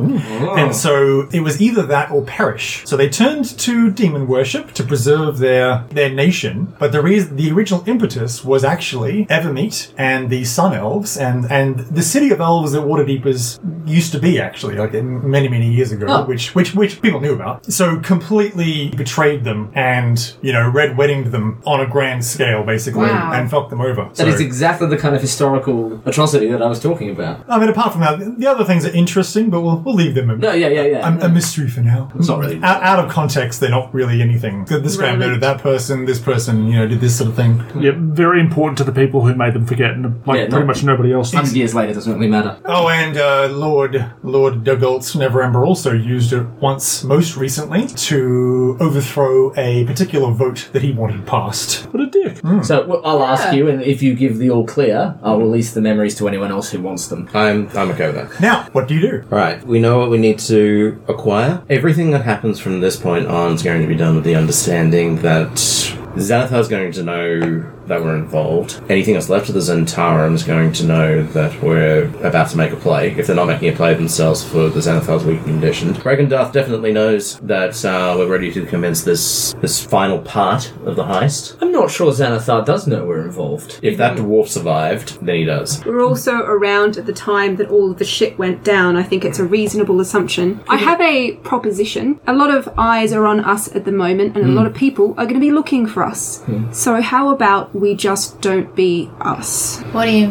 [SPEAKER 5] and so it was either that or perish. So they turned to demon worship to preserve their their nation. But the reason the original impetus was actually Evermeet and the Sun Elves and and the city of elves that Waterdeep is used to be actually like in many many years ago,
[SPEAKER 8] Oh.
[SPEAKER 5] which which which people knew about. So completely betrayed them and you know red weddinged them on a grand scale basically
[SPEAKER 9] Wow.
[SPEAKER 5] and fucked them over.
[SPEAKER 8] That is
[SPEAKER 5] So-
[SPEAKER 8] exactly the kind of historical atrocity that I was talking about.
[SPEAKER 5] I mean, apart from that, the other things are interesting, but we'll we'll leave them. in-
[SPEAKER 8] No, yeah, yeah, yeah.
[SPEAKER 5] a, a mystery for now.
[SPEAKER 6] It's not really.
[SPEAKER 5] out, out of context, they're not really anything. This guy murdered that person. This person, you know, did this sort of thing.
[SPEAKER 7] yeah, very important to the people who made them forget, and like
[SPEAKER 8] Yeah,
[SPEAKER 7] pretty
[SPEAKER 8] no.
[SPEAKER 7] much nobody else.
[SPEAKER 8] Hundred years later doesn't really matter.
[SPEAKER 5] Oh, and uh, Lord Lord Dugolt's Never Ember also used it once, most recently, to overthrow a particular vote that he wanted passed.
[SPEAKER 7] What a dick!
[SPEAKER 8] So well, I'll ask you, and if you give the all clear, I'll release the memories to anyone else who wants them.
[SPEAKER 6] I'm I'm okay with that.
[SPEAKER 5] Now, what do you do?
[SPEAKER 6] All right, we know what we need to acquire. Everything that happens from this point on is going to be done with the understanding that Xanathar's going to know that were involved. Anything that's left of the Zentarum is going to know that we're about to make a play. If they're not making a play themselves for the Xanathar's weak condition, Krakendarth definitely knows that uh, we're ready to commence this this final part of the heist.
[SPEAKER 8] I'm not sure Xanathar does know we're involved.
[SPEAKER 6] If that dwarf survived, then he does.
[SPEAKER 3] We're also around at the time that all of the shit went down. I think it's a reasonable assumption. I have a proposition. A lot of eyes are on us at the moment, and a lot of people are going to be looking for us. So, how about we just don't be us?
[SPEAKER 9] What do you?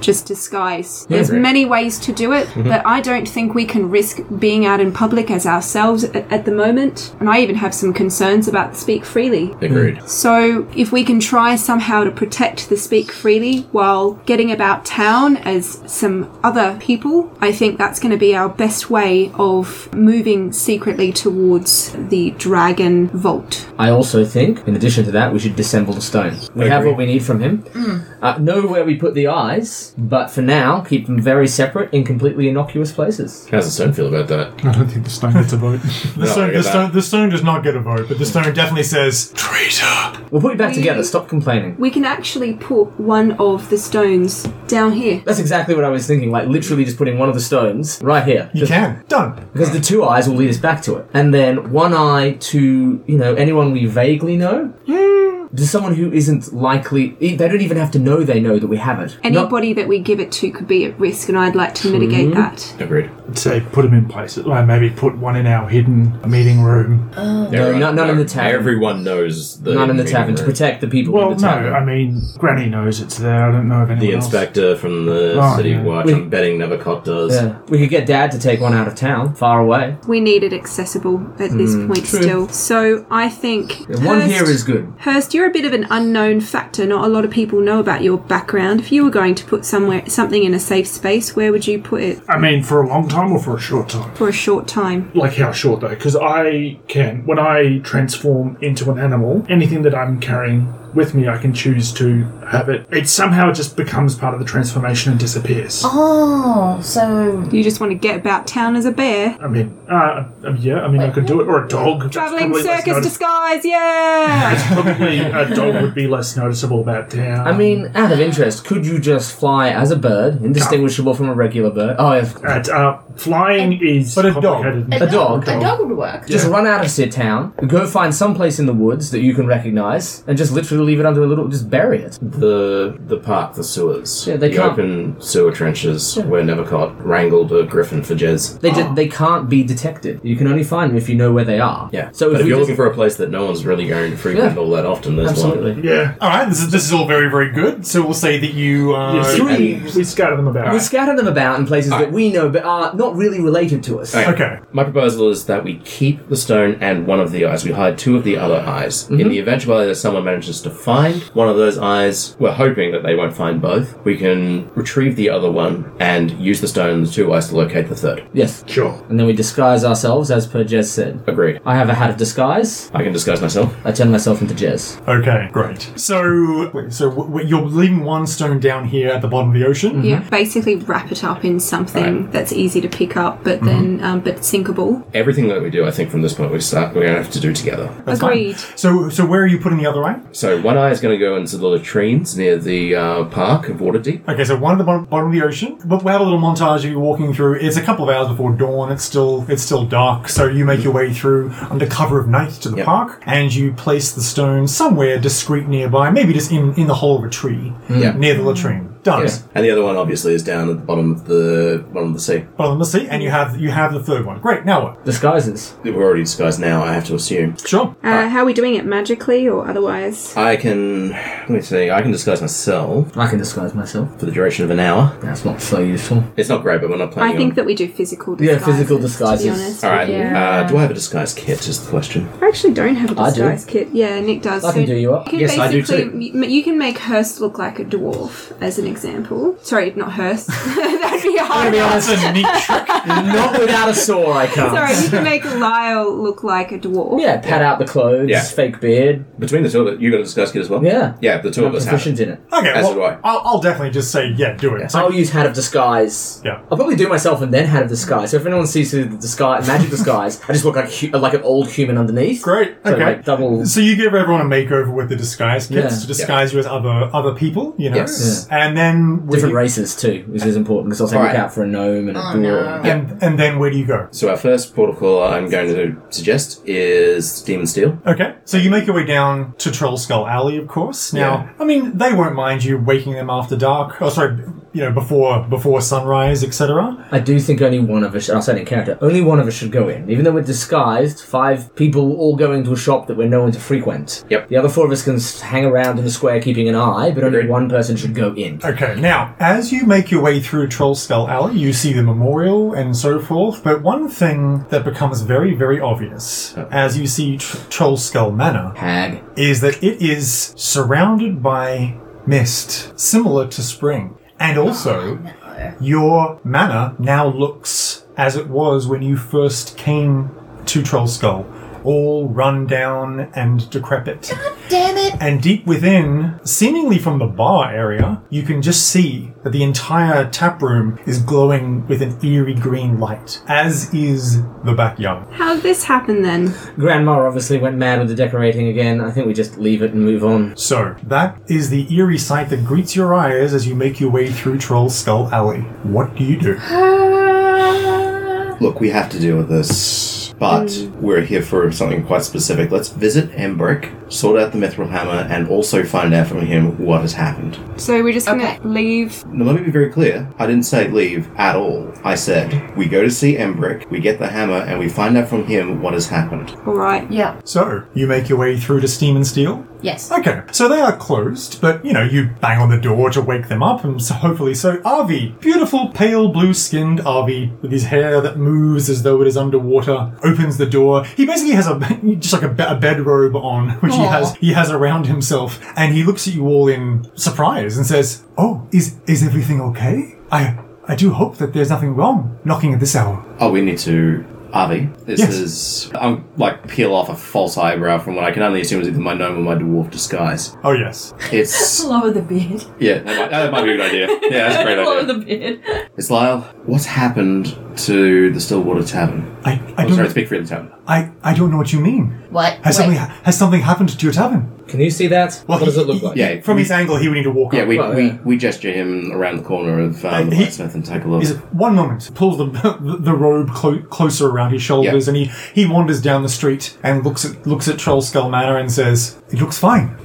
[SPEAKER 3] Just disguise. There's many ways to do it, but I don't think we can risk being out in public as ourselves at, at the moment. And I even have some concerns about the Speak Freely.
[SPEAKER 6] Agreed.
[SPEAKER 3] Hmm. So, if we can try somehow to protect the speak freely while getting about town as some other people, I think that's going to be our best way of moving secretly towards the dragon vault.
[SPEAKER 8] I also think, in addition to that, we should dissemble the stone. We have what we need from him. Uh, know where we put the eyes, but for now, keep them very separate in completely innocuous places.
[SPEAKER 6] How's the stone feel about that?
[SPEAKER 7] I don't think the stone gets a vote.
[SPEAKER 5] The, stone,
[SPEAKER 6] look at
[SPEAKER 5] the,
[SPEAKER 6] that.
[SPEAKER 5] stone, the stone does not get a vote, but the stone definitely says, Traitor!
[SPEAKER 8] We'll put you back together. Stop complaining.
[SPEAKER 3] We can actually put one of the stones down here.
[SPEAKER 8] That's exactly what I was thinking. Like literally, just putting one of the stones right here.
[SPEAKER 5] You
[SPEAKER 8] Just-
[SPEAKER 5] can. Done.
[SPEAKER 8] Because the two eyes will lead us back to it. And then one eye to, you know, anyone we vaguely know. To someone who isn't likely. e, They don't even have to know they know that we have it. Not-
[SPEAKER 3] Anybody that we give it to could be at risk, and I'd like to mitigate that.
[SPEAKER 6] Agreed.
[SPEAKER 7] I'd say put them in places. Well, maybe put one in our hidden meeting room.
[SPEAKER 8] no, not, not in the tavern.
[SPEAKER 6] Everyone knows the
[SPEAKER 8] not in the tavern. To
[SPEAKER 6] room.
[SPEAKER 8] protect the people
[SPEAKER 7] Well,
[SPEAKER 8] in the
[SPEAKER 7] no,
[SPEAKER 8] tavern.
[SPEAKER 7] I mean Granny knows it's there. I don't know if anyone
[SPEAKER 6] The
[SPEAKER 7] else-
[SPEAKER 6] inspector from the
[SPEAKER 7] Oh,
[SPEAKER 6] city
[SPEAKER 7] yeah.
[SPEAKER 6] watch.
[SPEAKER 8] We-
[SPEAKER 6] I'm betting Nevercott does.
[SPEAKER 8] Yeah. We could get Dad to take one out of town, far away.
[SPEAKER 3] We need it accessible at this point still. So I think
[SPEAKER 8] Hmm, One here
[SPEAKER 3] Hurst-
[SPEAKER 8] is good.
[SPEAKER 3] Hurst, you're a bit of an unknown factor. Not a lot of people know about your background. If you were going to put somewhere something in a safe space, where would you put it
[SPEAKER 7] I mean, for a long time or for a short time?
[SPEAKER 3] for a short time?
[SPEAKER 7] Like how short though? Because I can, when I transform into an animal, anything that I'm carrying with me, I can choose to have it. It somehow just becomes part of the transformation and disappears.
[SPEAKER 9] Oh, so
[SPEAKER 3] You just want to get about town as a bear.
[SPEAKER 7] I mean, uh, um, yeah, I mean, I could do it or a dog. That's
[SPEAKER 3] Traveling
[SPEAKER 7] probably less
[SPEAKER 3] circus
[SPEAKER 7] notice-
[SPEAKER 3] disguise, yeah!
[SPEAKER 7] Probably a dog would be less noticeable about town.
[SPEAKER 6] Um,
[SPEAKER 8] I mean, out of interest, could you just fly as a bird, indistinguishable from a regular bird? Oh, if,
[SPEAKER 7] At, uh, flying is
[SPEAKER 5] But a dog.
[SPEAKER 7] complicated.
[SPEAKER 8] a dog.
[SPEAKER 9] a dog would work.
[SPEAKER 8] Just run out of Sid Town, go find some place in the woods that you can recognize, and just literally leave it under a little, just bury it.
[SPEAKER 6] The the park, the sewers.
[SPEAKER 8] Yeah, they
[SPEAKER 6] the
[SPEAKER 8] can't-
[SPEAKER 6] open sewer trenches where Nevercott wrangled a griffin for Jez.
[SPEAKER 8] They ju- they can't be detected. You can only find them if you know where they are.
[SPEAKER 6] Yeah.
[SPEAKER 8] So
[SPEAKER 6] So but
[SPEAKER 8] if,
[SPEAKER 6] if
[SPEAKER 8] we
[SPEAKER 6] you're
[SPEAKER 8] just,
[SPEAKER 6] looking for a place that no one's really going to frequent
[SPEAKER 8] Yeah.
[SPEAKER 6] all that often, there's
[SPEAKER 8] absolutely.
[SPEAKER 7] Yeah.
[SPEAKER 5] Alright, this is, this is all very, very good. So we'll say that you. Uh,
[SPEAKER 7] Yes, we, we scatter them about.
[SPEAKER 8] We scatter them about in places that we know but are not really related to us.
[SPEAKER 6] one.
[SPEAKER 5] Okay.
[SPEAKER 6] My proposal is that we keep the stone and one of the eyes. We hide two of the other eyes. In the eventuality that someone manages to find one of those eyes, we're hoping that they won't find both. We can retrieve the other one and use the stone and the two eyes to locate the third.
[SPEAKER 8] Yes.
[SPEAKER 7] Sure.
[SPEAKER 8] And then we disguise ourselves, as per Jez said.
[SPEAKER 6] Agreed.
[SPEAKER 8] I have a hat of disguise.
[SPEAKER 6] I can disguise myself.
[SPEAKER 8] I turn myself into Jez.
[SPEAKER 5] Okay, great. So, wait, so w- w- you're leaving one stone down here at the bottom of the ocean.
[SPEAKER 3] Yeah, basically wrap it up in something that's easy to pick up,
[SPEAKER 8] Mm-hmm.
[SPEAKER 3] but then um, but sinkable.
[SPEAKER 6] Everything that we do, I think, from this point we start, we're going to have to do together.
[SPEAKER 5] That's fine.
[SPEAKER 3] Agreed.
[SPEAKER 5] So, so where are you putting the other eye?
[SPEAKER 6] So one eye is going to go into the latrines near the uh, park of Waterdeep.
[SPEAKER 5] Okay, so one at the bottom, bottom of the ocean. But we have a little montage of you walking through. It's a couple of hours before dawn. It's still it's still dark. So you make your way through under cover of night to the
[SPEAKER 6] Yep.
[SPEAKER 5] park, and you place the stone somewhere discreet nearby, maybe just in in the hole of a tree
[SPEAKER 6] Yep.
[SPEAKER 5] near the latrine. Done.
[SPEAKER 6] And the other one, obviously, is down at the bottom of the bottom of the sea.
[SPEAKER 5] Bottom of the sea, and you have you have the third one. Great. Now what?
[SPEAKER 8] Disguises.
[SPEAKER 6] We're already disguised now, I have to assume.
[SPEAKER 5] Sure.
[SPEAKER 3] Uh, how are we doing it magically or otherwise?
[SPEAKER 6] I can, let me see, I can disguise myself
[SPEAKER 8] I can disguise myself.
[SPEAKER 6] for the duration of an hour.
[SPEAKER 8] That's not so useful.
[SPEAKER 6] It's not great, but we're not planning
[SPEAKER 3] I think
[SPEAKER 6] on...
[SPEAKER 3] that we do physical
[SPEAKER 8] Yeah,
[SPEAKER 3] disguises.
[SPEAKER 8] physical
[SPEAKER 3] To be
[SPEAKER 8] disguises.
[SPEAKER 3] honest.
[SPEAKER 6] All right,
[SPEAKER 9] Yeah.
[SPEAKER 6] uh, do I have a disguise kit, is the question.
[SPEAKER 3] I actually don't have a
[SPEAKER 8] I do.
[SPEAKER 3] disguise kit. Yeah, Nick does.
[SPEAKER 8] I can do you up.
[SPEAKER 3] can
[SPEAKER 6] Yes, I do
[SPEAKER 3] basically- You can make Hurst look like a dwarf, as an example. Sorry, not hearse. That'd be hard.
[SPEAKER 5] That's a neat trick.
[SPEAKER 8] Not without a saw, I can't.
[SPEAKER 3] Sorry, you can make Lyle look like a dwarf.
[SPEAKER 8] Yeah, pat out the clothes,
[SPEAKER 6] Yeah.
[SPEAKER 8] fake beard.
[SPEAKER 6] Between the two of us, you got to discuss it as well.
[SPEAKER 8] Yeah.
[SPEAKER 6] yeah. The two
[SPEAKER 8] I'm
[SPEAKER 6] of us have.
[SPEAKER 8] proficient
[SPEAKER 6] it.
[SPEAKER 8] in it.
[SPEAKER 5] Okay,
[SPEAKER 6] As do I.
[SPEAKER 5] well, I'll, I'll definitely just say, yeah, do it.
[SPEAKER 8] I'll use Hat of Disguise.
[SPEAKER 5] Yeah.
[SPEAKER 8] I'll probably do myself and then Hat of Disguise. So if anyone sees the disguise, magic disguise, I just look like hu- like an old human underneath.
[SPEAKER 5] Great.
[SPEAKER 8] So,
[SPEAKER 5] okay.
[SPEAKER 8] like, double-
[SPEAKER 5] So you give everyone a makeover with the disguise kits
[SPEAKER 8] Yeah.
[SPEAKER 5] to disguise you as other other people, you know.
[SPEAKER 6] Yes.
[SPEAKER 5] And then we,
[SPEAKER 8] Different races too, which is important because I'll take a
[SPEAKER 6] Alright.
[SPEAKER 8] look out for a gnome and a
[SPEAKER 9] Oh,
[SPEAKER 8] dwarf.
[SPEAKER 9] no.
[SPEAKER 5] and and then where do you go?
[SPEAKER 6] So our first port of call I'm going to suggest is Demon Steel.
[SPEAKER 5] Okay. So you make your way down to Troll Skull Alley, of course. Now, I mean, they won't mind you waking them after dark. Oh, sorry, you know, before before sunrise, etc.
[SPEAKER 8] I do think only one of us, and I'll say it in character, only one of us should go in. Even though we're disguised, five people all go into a shop that we're known to frequent.
[SPEAKER 6] Yep.
[SPEAKER 8] The other four of us can s- hang around in the square keeping an eye, but only
[SPEAKER 6] Agreed.
[SPEAKER 8] one person should go in.
[SPEAKER 5] Okay. Now, as you make your way through Troll Skull Alley, you see the memorial and so forth. But one thing that becomes very, very obvious
[SPEAKER 8] Oh.
[SPEAKER 5] as you see tr- Troll Skull Manor
[SPEAKER 8] Hag.
[SPEAKER 5] is that it is surrounded by mist, similar to spring. And also, your manor now looks as it was when you first came to Troll Skull, all run down and decrepit.
[SPEAKER 9] Damn it!
[SPEAKER 5] And deep within, seemingly from the bar area, you can just see that the entire tap room is glowing with an eerie green light, as is the backyard.
[SPEAKER 3] How would this happen then?
[SPEAKER 8] Grandma obviously went mad with the decorating again. I think we just leave it and move on.
[SPEAKER 5] So, that is the eerie sight that greets your eyes as you make your way through Troll Skull Alley. What do you do?
[SPEAKER 6] Look, we have to deal with this, but
[SPEAKER 3] Mm.
[SPEAKER 6] we're here for something quite specific. Let's visit Embrick, sort out the mithril hammer, and also find out from him what has happened.
[SPEAKER 3] So we're just gonna leave.
[SPEAKER 6] Now, let me be very clear. I didn't say leave at all. I said we go to see Embrick, we get the hammer, and we find out from him what has happened.
[SPEAKER 3] All right.
[SPEAKER 9] Yeah.
[SPEAKER 5] So, you make your way through to Steam and Steel?
[SPEAKER 9] Yes.
[SPEAKER 5] Okay, so they are closed, but you know, you bang on the door to wake them up, and so hopefully, so Arvi, beautiful, pale blue skinned Arvi, with his hair that moves as though it is underwater, opens the door. He basically has a just like a, be- a bedrobe on, which he
[SPEAKER 9] Aw.
[SPEAKER 5] has he has around himself, and he looks at you all in surprise and says, "Oh, is is everything okay? I I do hope that there's nothing wrong knocking at this hour."
[SPEAKER 6] Oh, we need to. Avi, this
[SPEAKER 5] Yes.
[SPEAKER 6] is. I'm like peel off a false eyebrow from what I can only assume is either my gnome or my dwarf disguise.
[SPEAKER 5] Oh yes,
[SPEAKER 6] It's
[SPEAKER 9] Lower the beard.
[SPEAKER 6] yeah, that might, that might be a good idea. Yeah, that's a great
[SPEAKER 9] Lower
[SPEAKER 6] idea.
[SPEAKER 9] the beard.
[SPEAKER 6] It's Lyle. What's happened to the Stillwater Tavern?
[SPEAKER 5] I I
[SPEAKER 6] I'm sorry, it's
[SPEAKER 5] don't Oh,
[SPEAKER 6] Big Freedom Tavern.
[SPEAKER 5] I I don't know what you mean.
[SPEAKER 9] What?
[SPEAKER 5] Has
[SPEAKER 9] Wait.
[SPEAKER 5] something has something happened to your tavern?
[SPEAKER 8] Can you see that?
[SPEAKER 5] Well,
[SPEAKER 8] what does
[SPEAKER 5] he-
[SPEAKER 8] it look
[SPEAKER 5] he-
[SPEAKER 8] like?
[SPEAKER 6] Yeah,
[SPEAKER 5] From
[SPEAKER 6] we-
[SPEAKER 5] his angle, he would need to walk up.
[SPEAKER 6] Yeah, we,
[SPEAKER 8] Well,
[SPEAKER 6] we,
[SPEAKER 8] yeah.
[SPEAKER 6] we gesture him around the corner of um,
[SPEAKER 5] Uh,
[SPEAKER 6] the
[SPEAKER 5] he-
[SPEAKER 6] blacksmith and take a look.
[SPEAKER 5] He's one moment pulls the the, the robe clo- closer around his shoulders, and he he wanders down the street and looks at looks at Troll Skull Manor and says, "It looks fine."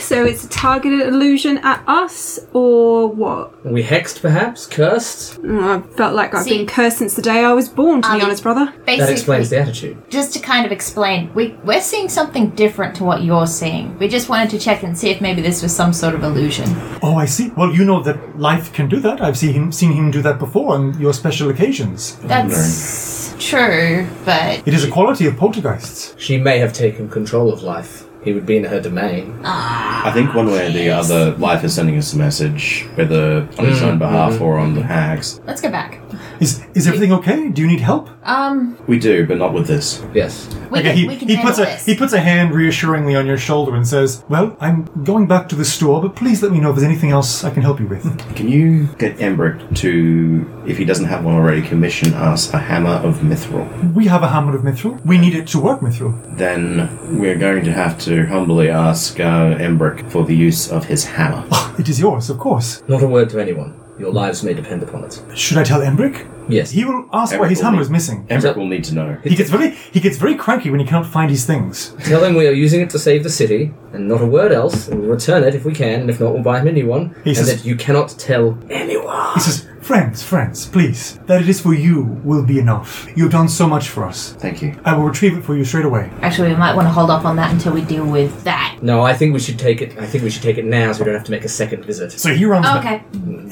[SPEAKER 3] So it's a targeted illusion at us, or what?
[SPEAKER 8] Are we hexed, perhaps? Cursed?
[SPEAKER 3] Mm, I felt like I've
[SPEAKER 9] See- Um,
[SPEAKER 3] been cursed since the day I was born. To
[SPEAKER 9] I
[SPEAKER 3] be
[SPEAKER 9] mean-
[SPEAKER 3] honest, brother.
[SPEAKER 9] Basically,
[SPEAKER 8] That explains the attitude.
[SPEAKER 9] just to kind of explain, we we're seeing something different to what you're seeing. We just wanted to check and see if maybe this was some sort of illusion.
[SPEAKER 5] Oh, I see. Well, you know that life can do that. I've seen him seen him do that before on your special occasions.
[SPEAKER 9] That's true, but
[SPEAKER 5] It is a quality of poltergeists.
[SPEAKER 8] She may have taken control of life. He would be in her domain.
[SPEAKER 6] I think one way or the other, life is sending us a message, whether on his
[SPEAKER 9] Mm,
[SPEAKER 6] own behalf or on the hags.
[SPEAKER 9] let's go back.
[SPEAKER 5] Is is everything okay? Do you need help?
[SPEAKER 9] Um,
[SPEAKER 6] We do, but not with this.
[SPEAKER 8] Yes.
[SPEAKER 9] we
[SPEAKER 5] okay,
[SPEAKER 9] can,
[SPEAKER 5] he,
[SPEAKER 9] we can
[SPEAKER 5] he
[SPEAKER 9] handle
[SPEAKER 5] puts a
[SPEAKER 9] this.
[SPEAKER 5] he puts a hand reassuringly on your shoulder and says, "Well, I'm going back to the store, but please let me know if there's anything else I can help you with."
[SPEAKER 6] Can you get Embrick to, if he doesn't have one already, commission us a hammer of mithril?
[SPEAKER 5] we have a hammer of mithril. We need it to work mithril.
[SPEAKER 6] Then we're going to have to humbly ask uh, Embrick for the use of his hammer.
[SPEAKER 5] It is yours, of course.
[SPEAKER 8] Not a word to anyone. Your lives may depend upon it.
[SPEAKER 5] Should I tell Embrick?
[SPEAKER 8] Yes.
[SPEAKER 5] He will ask why
[SPEAKER 6] Embrick
[SPEAKER 5] his
[SPEAKER 6] will
[SPEAKER 5] hammer
[SPEAKER 6] be-
[SPEAKER 5] is missing.
[SPEAKER 6] Embrick will need to know.
[SPEAKER 5] He gets very he gets very cranky when he cannot find his things.
[SPEAKER 8] Tell him we are using it to save the city, and not a word else, and we'll return it if we can, and if not, we'll buy him a new one.
[SPEAKER 5] He
[SPEAKER 8] and
[SPEAKER 5] says-
[SPEAKER 8] that you cannot tell anyone.
[SPEAKER 5] He says, "Friends, friends, please. That it is for you will be enough. You have done so much for us.
[SPEAKER 6] Thank you.
[SPEAKER 5] I will retrieve it for you straight away."
[SPEAKER 9] Actually, we might want to hold off on that until we deal with that.
[SPEAKER 8] No, I think we should take it. I think we should take it now, so we don't have to make a second visit.
[SPEAKER 5] So he
[SPEAKER 3] Oh,
[SPEAKER 5] runs. ba-
[SPEAKER 9] Okay.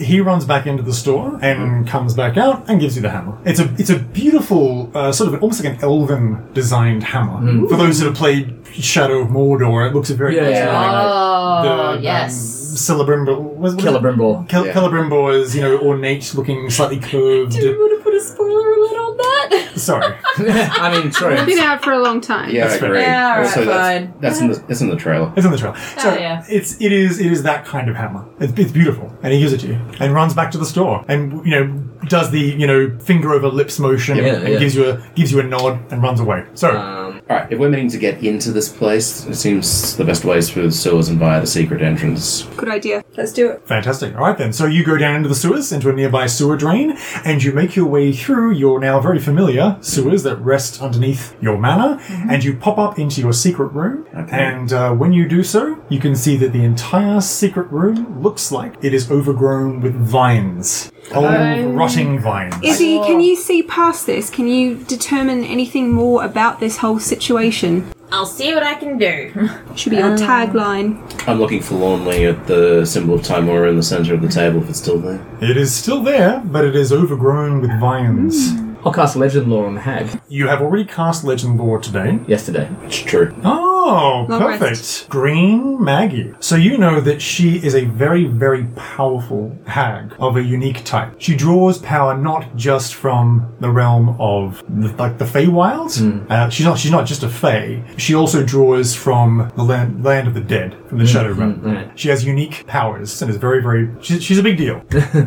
[SPEAKER 5] he runs back into the store and comes back out and gives you the hammer. It's a it's a beautiful uh, sort of almost like an elven designed hammer. For those that have played Shadow of Mordor, it looks very
[SPEAKER 8] Mm. Yeah,
[SPEAKER 5] much
[SPEAKER 8] yeah.
[SPEAKER 5] like
[SPEAKER 9] Oh,
[SPEAKER 5] the, um,
[SPEAKER 9] yes.
[SPEAKER 5] Celebrimbor. was- was it?
[SPEAKER 8] Celebrimbor.
[SPEAKER 5] Cal-
[SPEAKER 6] Yeah.
[SPEAKER 5] Celebrimbor is, you know, ornate looking, slightly curved.
[SPEAKER 10] Do we want to put a spoiler alert on that?
[SPEAKER 5] Sorry.
[SPEAKER 8] I mean,
[SPEAKER 3] It's
[SPEAKER 8] true.
[SPEAKER 3] been out for a long time.
[SPEAKER 6] Yeah, I
[SPEAKER 5] fair.
[SPEAKER 6] agree.
[SPEAKER 9] Yeah, all right,
[SPEAKER 6] also, that's,
[SPEAKER 9] fine.
[SPEAKER 6] that's in the that's in the trailer.
[SPEAKER 5] It's on the trail. So
[SPEAKER 9] Oh, yeah.
[SPEAKER 5] it's it is it is that kind of hammer. It's, it's beautiful, and he gives it to you, and runs back to the store, and you know does the you know finger over lips motion,
[SPEAKER 8] Yeah,
[SPEAKER 5] and
[SPEAKER 8] yeah.
[SPEAKER 5] gives you a gives you a nod, and runs away. So
[SPEAKER 8] Um,
[SPEAKER 6] All right, if we're meaning to get into this place, it seems the best way is through the sewers and via the secret entrance.
[SPEAKER 3] Good idea. Let's do it.
[SPEAKER 5] fantastic. All right then. So you go down into the sewers, into a nearby sewer drain, and you make your way through your now very familiar sewers that rest underneath your manor, and you pop up into your secret room. And uh, when you do so, you can see that the entire secret room looks like it is overgrown with vines. Old rotting vines.
[SPEAKER 3] Izzy, can you see past this? Can you determine anything more about this whole situation?
[SPEAKER 9] I'll see what I can do.
[SPEAKER 3] Should be your tagline.
[SPEAKER 6] I'm looking forlornly at the symbol of Timora in the center of the table if it's still there.
[SPEAKER 5] It is still there, but it is overgrown with vines.
[SPEAKER 8] I'll cast Legend Lore on the hag
[SPEAKER 5] You have already cast Legend Lore today.
[SPEAKER 8] yesterday.
[SPEAKER 6] It's true.
[SPEAKER 5] Oh,
[SPEAKER 3] Long
[SPEAKER 5] perfect. Green Maggie. So you know that she is a very, very powerful hag of a unique type. She draws power not just from the realm of the, like the Feywild.
[SPEAKER 8] Hmm.
[SPEAKER 5] Uh, she's not. She's not just a Fey. She also draws from the land, land of the dead, from the Shadow Realm.
[SPEAKER 8] Hmm, right.
[SPEAKER 5] She has unique powers and is very, very. She's, she's a big deal.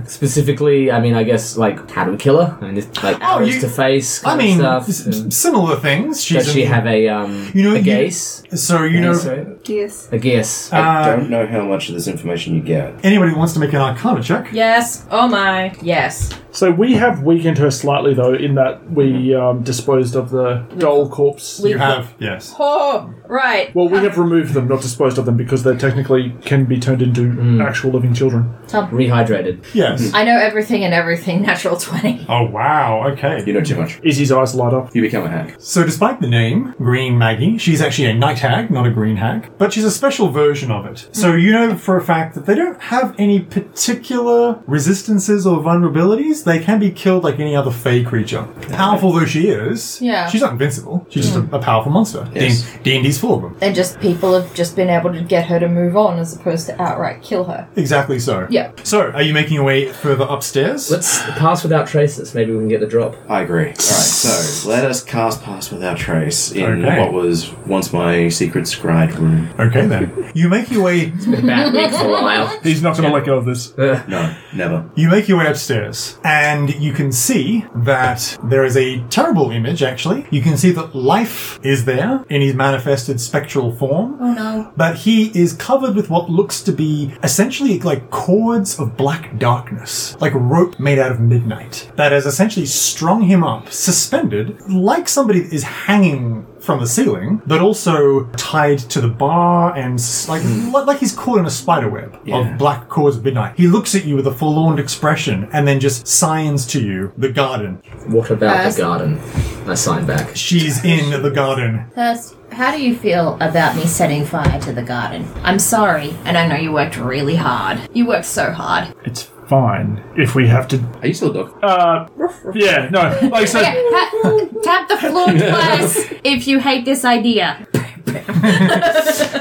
[SPEAKER 8] Specifically, I mean, I guess like tattoo killer and it's like arrows
[SPEAKER 5] Oh, you-
[SPEAKER 8] to face.
[SPEAKER 5] I
[SPEAKER 8] Kind
[SPEAKER 5] mean,
[SPEAKER 8] of
[SPEAKER 5] s-
[SPEAKER 8] stuff.
[SPEAKER 5] s- similar things. She's
[SPEAKER 8] does she
[SPEAKER 5] in-
[SPEAKER 8] have a um
[SPEAKER 5] You know,
[SPEAKER 8] a
[SPEAKER 5] you-
[SPEAKER 8] gaze?
[SPEAKER 5] So you know,
[SPEAKER 8] Gaze, right?
[SPEAKER 3] Yes.
[SPEAKER 8] A gaze.
[SPEAKER 6] I
[SPEAKER 5] Uh,
[SPEAKER 6] don't know how much of this information you get.
[SPEAKER 5] anybody who wants to make an Arcana check?
[SPEAKER 9] Yes. Oh my. Yes.
[SPEAKER 7] So we have weakened her slightly, though, in that we um, disposed of the doll corpse.
[SPEAKER 5] You have yes.
[SPEAKER 9] Oh, right.
[SPEAKER 7] well, we have removed them, not disposed of them, because they technically can be turned into
[SPEAKER 6] Hmm.
[SPEAKER 7] actual living children.
[SPEAKER 8] Rehydrated.
[SPEAKER 5] Yes.
[SPEAKER 9] I know everything and everything. Natural twenty.
[SPEAKER 5] Oh wow. Okay.
[SPEAKER 6] You know too much.
[SPEAKER 7] Izzy's eyes light up.
[SPEAKER 6] You become a hack.
[SPEAKER 5] So despite the name Green Maggie, she's actually a night hag, not a green hag, but she's a special version of it. So you know for a fact that they don't have any particular resistances or vulnerabilities. They can be killed like any other fey creature. Powerful though she is,
[SPEAKER 9] Yeah. Mm.
[SPEAKER 5] she's not invincible. She's just a, a powerful monster.
[SPEAKER 6] Yes.
[SPEAKER 5] D and D's full of them.
[SPEAKER 9] And just people have just been able to get her to move on as opposed to outright kill her.
[SPEAKER 5] Exactly so.
[SPEAKER 9] Yeah.
[SPEAKER 5] So are you making your way further upstairs?
[SPEAKER 8] Let's pass without traces. Maybe we can get the drop.
[SPEAKER 6] I agree. Alright, so let us cast Pass Without Trace in
[SPEAKER 5] Okay.
[SPEAKER 6] what was once my secret scribe room.
[SPEAKER 5] Okay then. You make your way
[SPEAKER 8] Bad week for a while.
[SPEAKER 7] He's not going to let go of this.
[SPEAKER 6] No, never.
[SPEAKER 5] You make your way upstairs, and you can see that there is a terrible image, actually. You can see that life is there in his manifested spectral form. Oh no. But he is covered with what looks to be essentially like cords of black darkness, like rope made out of midnight, that has essentially strung him up, suspended, like somebody that is hanging from the ceiling, but also tied to the bar and s- like
[SPEAKER 7] Hmm.
[SPEAKER 5] li- like he's caught in a spider web
[SPEAKER 6] Yeah.
[SPEAKER 5] of black cords of midnight. He looks at you with a forlorn expression and then just signs to you the garden.
[SPEAKER 8] What about
[SPEAKER 9] Pass.
[SPEAKER 8] the garden? I sign back.
[SPEAKER 5] She's in the garden.
[SPEAKER 9] First, how do you feel about me setting fire to the garden? I'm sorry, and I know you worked really hard. You worked so hard.
[SPEAKER 7] It's fine if we have to.
[SPEAKER 6] Are you still a dog?
[SPEAKER 7] Uh, yeah, no. Like, so.
[SPEAKER 9] Yeah, ta- tap the floor twice if you hate this idea.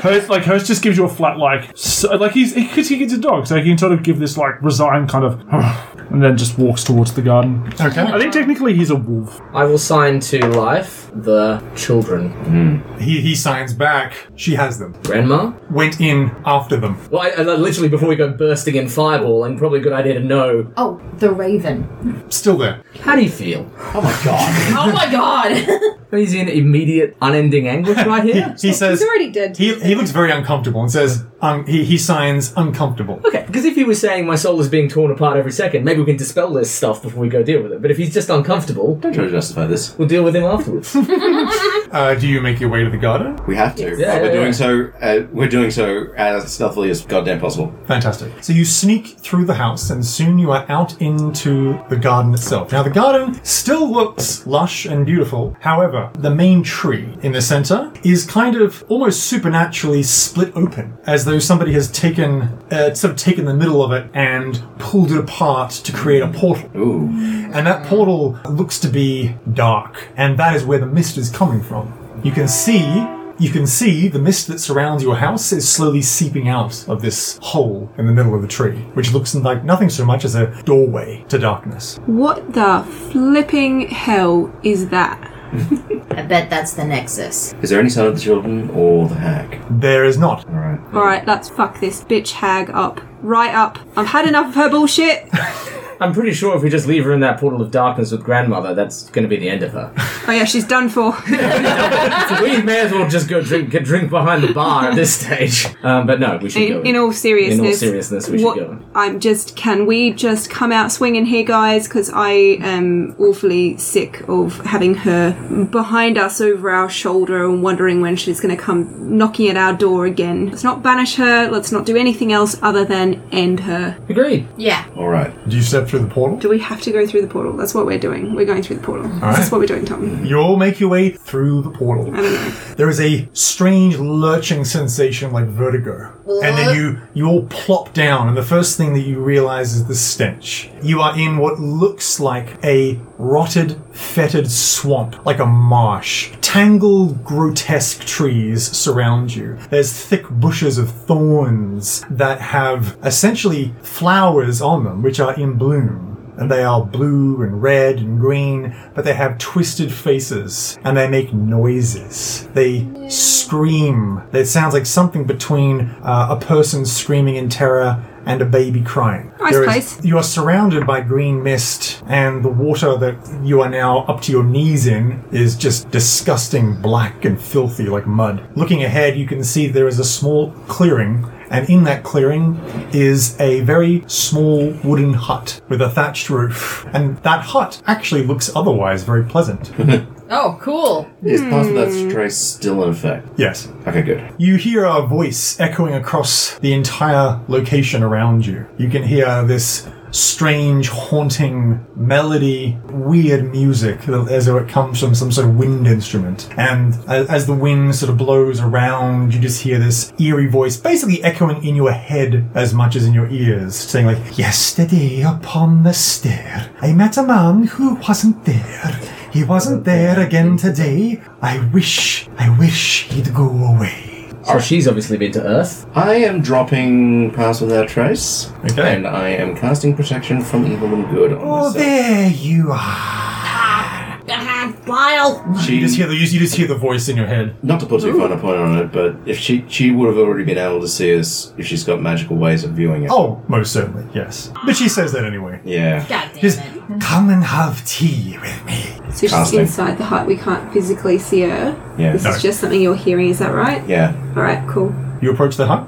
[SPEAKER 7] Hers, like hers just gives you a flat like so, like he's because he, gets a dog, so he can sort of give this like resigned kind of, and then just walks towards the garden. I
[SPEAKER 5] Okay.
[SPEAKER 7] think technically he's a wolf.
[SPEAKER 8] I will sign to life the children.
[SPEAKER 5] He, he signs back. She has them.
[SPEAKER 8] Grandma?
[SPEAKER 5] Went in after them.
[SPEAKER 8] Well, I, I, literally before we go bursting in fireball, and probably a good idea to know.
[SPEAKER 9] Oh, the raven.
[SPEAKER 5] Still there.
[SPEAKER 8] How do you feel? Oh my god.
[SPEAKER 9] Oh my god!
[SPEAKER 8] He's in immediate, unending anguish right here.
[SPEAKER 5] He says
[SPEAKER 3] already dead.
[SPEAKER 5] he, he looks very uncomfortable and says um, he, he signs uncomfortable.
[SPEAKER 8] Okay, because if he was saying my soul is being torn apart every second, maybe we can dispel this stuff before we go deal with it. But if he's just uncomfortable,
[SPEAKER 6] Don't try to justify this.
[SPEAKER 8] we'll deal with him afterwards.
[SPEAKER 5] Uh, do you make your way to the garden?
[SPEAKER 6] We have to.
[SPEAKER 8] Yeah,
[SPEAKER 6] but we're
[SPEAKER 8] yeah, yeah.
[SPEAKER 6] doing so. Uh, we're doing so as stealthily as goddamn possible.
[SPEAKER 5] Fantastic. So you sneak through the house, and soon you are out into the garden itself. Now, the garden still looks lush and beautiful. However, the main tree in the center is kind of almost supernaturally split open, as though somebody has taken, uh, sort of taken the middle of it and pulled it apart to create a portal.
[SPEAKER 6] Ooh,
[SPEAKER 5] And that portal looks to be dark, and that is where the mist is coming from. You can see You can see the mist that surrounds your house is slowly seeping out of this hole in the middle of the tree, which looks like nothing so much as a doorway to darkness.
[SPEAKER 3] What the flipping hell is that?
[SPEAKER 9] I bet that's the Nexus.
[SPEAKER 6] Is there any sign of the children or the hack?
[SPEAKER 5] There is not.
[SPEAKER 6] All right.
[SPEAKER 3] Alright, let's fuck this bitch hag up. Right up. I've had enough of her bullshit.
[SPEAKER 8] I'm pretty sure if we just leave her in that portal of darkness with grandmother, that's going to be the end of her.
[SPEAKER 3] Oh yeah, she's done for.
[SPEAKER 8] we may as well just go drink get drink behind the bar at this stage. Um, but no, we should go.
[SPEAKER 3] In, in all seriousness,
[SPEAKER 8] In all seriousness, we should
[SPEAKER 3] what-
[SPEAKER 8] go in.
[SPEAKER 3] I'm just. Can we just come out swinging here, guys? Because I am awfully sick of having her behind us over our shoulder and wondering when she's going to come knocking at our door again. Let's not banish her. Let's not do anything else other than end her.
[SPEAKER 8] Agreed.
[SPEAKER 9] Yeah.
[SPEAKER 6] All right.
[SPEAKER 5] Do you step through the portal?
[SPEAKER 3] Do we have to go through the portal? That's what we're doing. We're going through the portal. That's what we're doing, Tom.
[SPEAKER 8] Mm.
[SPEAKER 5] You all make your way through the portal. There is a strange lurching sensation like vertigo. And then you you all plop down and the first thing that you realize is the stench. You are in what looks like a rotted, fetid swamp, like a marsh. Tangled, grotesque trees surround you. There's thick bushes of thorns that have essentially flowers on them which are in bloom and they are blue and red and green, but they have twisted faces and they make noises. They scream. It sounds like something between uh, a person screaming in terror and a baby crying.
[SPEAKER 3] Nice
[SPEAKER 5] There is-
[SPEAKER 3] place.
[SPEAKER 5] you are surrounded by green mist, and the water that you are now up to your knees in is just disgusting black and filthy like mud. Looking ahead, you can see there is a small clearing, and in that clearing is a very small wooden hut with a thatched roof. And that hut actually looks otherwise very pleasant.
[SPEAKER 9] Oh, cool.
[SPEAKER 6] Is part of that trace still in effect?
[SPEAKER 5] yes.
[SPEAKER 6] Okay, good.
[SPEAKER 5] You hear a voice echoing across the entire location around you. You can hear this strange, haunting melody, weird music that- as though it comes from some sort of wind instrument. And a- as the wind sort of blows around, you just hear this eerie voice basically echoing in your head as much as in your ears, saying like, Yesterday upon the stair, I met a man who wasn't there. He wasn't there again today. I wish, I wish he'd go away.
[SPEAKER 8] So she's obviously been to Earth.
[SPEAKER 6] I am dropping Pass Without Trace.
[SPEAKER 5] Okay.
[SPEAKER 6] And I am casting Protection from Evil and Good on
[SPEAKER 5] Oh,
[SPEAKER 6] myself.
[SPEAKER 5] there you are.
[SPEAKER 9] Lyle.
[SPEAKER 6] She,
[SPEAKER 5] You just hear the you just hear the voice in your head.
[SPEAKER 6] not to put too fine a point on it, but if she she would have already been able to see us if she's got magical ways of viewing it.
[SPEAKER 5] Oh, most certainly, yes. But she says that anyway.
[SPEAKER 6] Yeah.
[SPEAKER 9] God damn
[SPEAKER 5] Just
[SPEAKER 9] it.
[SPEAKER 5] come and have tea with me.
[SPEAKER 3] So she's
[SPEAKER 6] Casting.
[SPEAKER 3] inside the hut. We can't physically see her.
[SPEAKER 6] Yeah.
[SPEAKER 3] This
[SPEAKER 5] No.
[SPEAKER 3] is just something you're hearing. Is that right?
[SPEAKER 6] Yeah.
[SPEAKER 3] All right. Cool.
[SPEAKER 5] You approach the hut.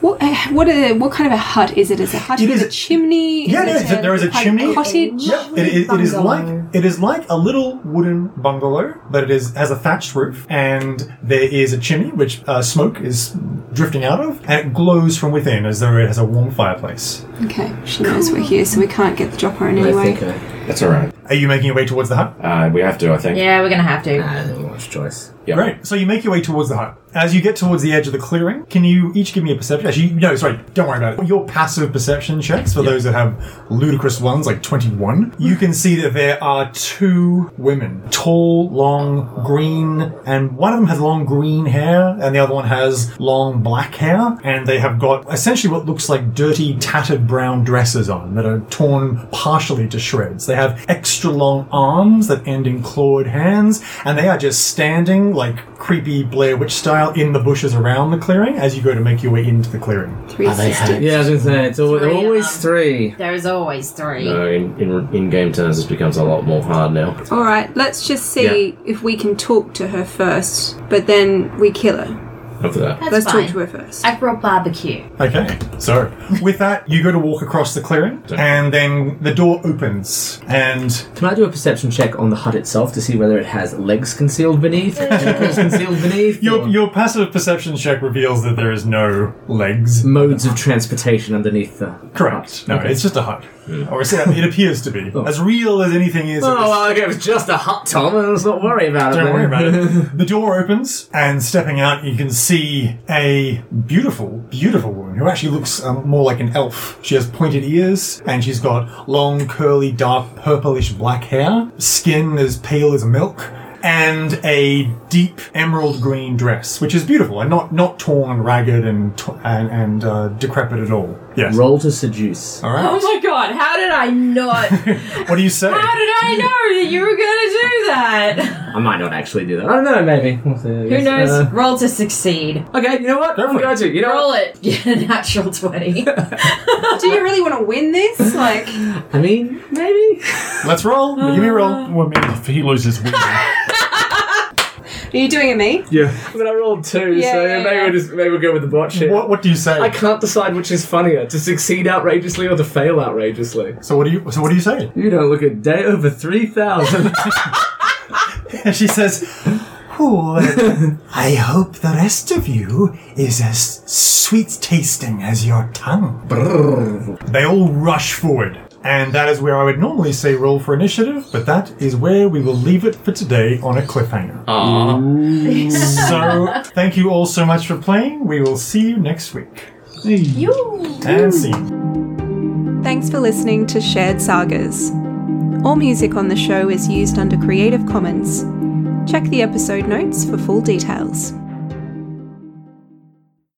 [SPEAKER 3] What eh, what a, what kind of a hut is it? Is it a hut
[SPEAKER 5] It
[SPEAKER 3] with
[SPEAKER 5] is
[SPEAKER 3] a
[SPEAKER 5] a-
[SPEAKER 3] chimney?
[SPEAKER 5] Yeah,
[SPEAKER 3] Is
[SPEAKER 5] no,
[SPEAKER 3] it
[SPEAKER 5] it's a- there is a
[SPEAKER 3] like
[SPEAKER 5] chimney.
[SPEAKER 3] cottage.
[SPEAKER 5] Yep. It, it, it is like it is like a little wooden bungalow, but it is has a thatched roof, and there is a chimney which uh, smoke is drifting out of, and it glows from within as though it has a warm fireplace.
[SPEAKER 3] Okay, she knows we're here, so we can't get the drop on
[SPEAKER 8] I
[SPEAKER 3] anyway.
[SPEAKER 8] think uh,
[SPEAKER 6] That's alright.
[SPEAKER 5] Are you making your way towards the hut?
[SPEAKER 6] Uh, we have to, I think.
[SPEAKER 9] Yeah, we're gonna have to.
[SPEAKER 8] I don't have much choice.
[SPEAKER 6] Yeah.
[SPEAKER 5] Great. So you make your way towards the hut. As you get towards the edge of the clearing, can you each give me a perception? Actually, no, sorry, don't worry about it. Your passive perception checks, for those that have ludicrous ones like 21, you can see that there are two women. Tall, long, green, and one of them has long green hair, and the other one has long black hair, and they have got essentially what looks like dirty, tattered brown dresses on that are torn partially to shreds. They have extra long arms that end in clawed hands, and they are just standing like creepy Blair Witch style in the bushes around the clearing as you go to make your way into the clearing.
[SPEAKER 3] Three sisters.
[SPEAKER 8] Yeah, I was gonna say it's al-
[SPEAKER 9] Three of
[SPEAKER 8] always
[SPEAKER 9] them.
[SPEAKER 8] three.
[SPEAKER 9] There is always three.
[SPEAKER 6] No, in, in, in game terms, this becomes a lot more hard now.
[SPEAKER 3] All right, let's just see if we can talk to her first, but then we kill her.
[SPEAKER 6] Not for that.
[SPEAKER 9] That's
[SPEAKER 3] let's
[SPEAKER 9] fine.
[SPEAKER 3] talk to her first.
[SPEAKER 9] I brought barbecue.
[SPEAKER 5] Okay, so with that, you go to walk across the clearing, and then the door opens, and
[SPEAKER 8] Can I do a perception check on the hut itself to see whether it has legs concealed beneath, ankles concealed beneath,
[SPEAKER 5] your,
[SPEAKER 8] or
[SPEAKER 5] your passive perception check reveals that there is no legs.
[SPEAKER 8] modes of transportation underneath the?
[SPEAKER 5] Correct. No, it's just a hut. Or it's, it appears to be. As real as anything is.
[SPEAKER 8] Oh,
[SPEAKER 5] at this-
[SPEAKER 8] well, okay, it was just a hut, Tom. Let's not worry about it.
[SPEAKER 5] Don't worry
[SPEAKER 8] then.
[SPEAKER 5] about it. The door opens, and stepping out, you can see a beautiful, beautiful woman who actually looks um, more like an elf. She has pointed ears, and she's got long, curly, dark, purplish black hair. Skin as pale as milk. and a deep emerald green dress, which is beautiful and not not torn, ragged, and t- and, and uh, decrepit at all. Yes.
[SPEAKER 8] Roll to seduce.
[SPEAKER 5] All
[SPEAKER 9] Oh
[SPEAKER 5] right.
[SPEAKER 9] my god, how did I not? How did
[SPEAKER 5] What do you say?
[SPEAKER 9] I know that you were gonna do that?
[SPEAKER 8] I might not actually do that. I don't know, maybe. We'll see, I
[SPEAKER 9] Who
[SPEAKER 8] guess.
[SPEAKER 9] knows?
[SPEAKER 8] Uh,
[SPEAKER 9] Roll to succeed.
[SPEAKER 8] okay, you know what? I'm going to. You know
[SPEAKER 9] Roll it. Yeah, natural 20.
[SPEAKER 3] Do you really want to win this? Like,
[SPEAKER 8] what? I mean, maybe.
[SPEAKER 5] Let's roll. Give me a roll.
[SPEAKER 7] Well, I mean, if he loses, we win.
[SPEAKER 3] are you doing it, me?
[SPEAKER 7] yeah.
[SPEAKER 8] I mean, I rolled two,
[SPEAKER 3] Yeah,
[SPEAKER 8] so
[SPEAKER 3] yeah,
[SPEAKER 8] maybe
[SPEAKER 3] yeah.
[SPEAKER 8] we'll just maybe we'll go with the bot shit.
[SPEAKER 5] What what do you say?
[SPEAKER 8] I can't decide which is funnier, to succeed outrageously or to fail outrageously.
[SPEAKER 5] so what do you so what do you say?
[SPEAKER 8] You don't look at day over 3,000.
[SPEAKER 5] And she says, "Ooh, I hope the rest of you is as sweet tasting as your tongue. They all rush forward. And that is where I would normally say roll for initiative, but that is where we will leave it for today on a cliffhanger. so, thank you all so much for playing. We will see you next week. And see. you.
[SPEAKER 4] Thanks for listening to Shared Sagas. All music on the show is used under Creative Commons. Check the episode notes for full details.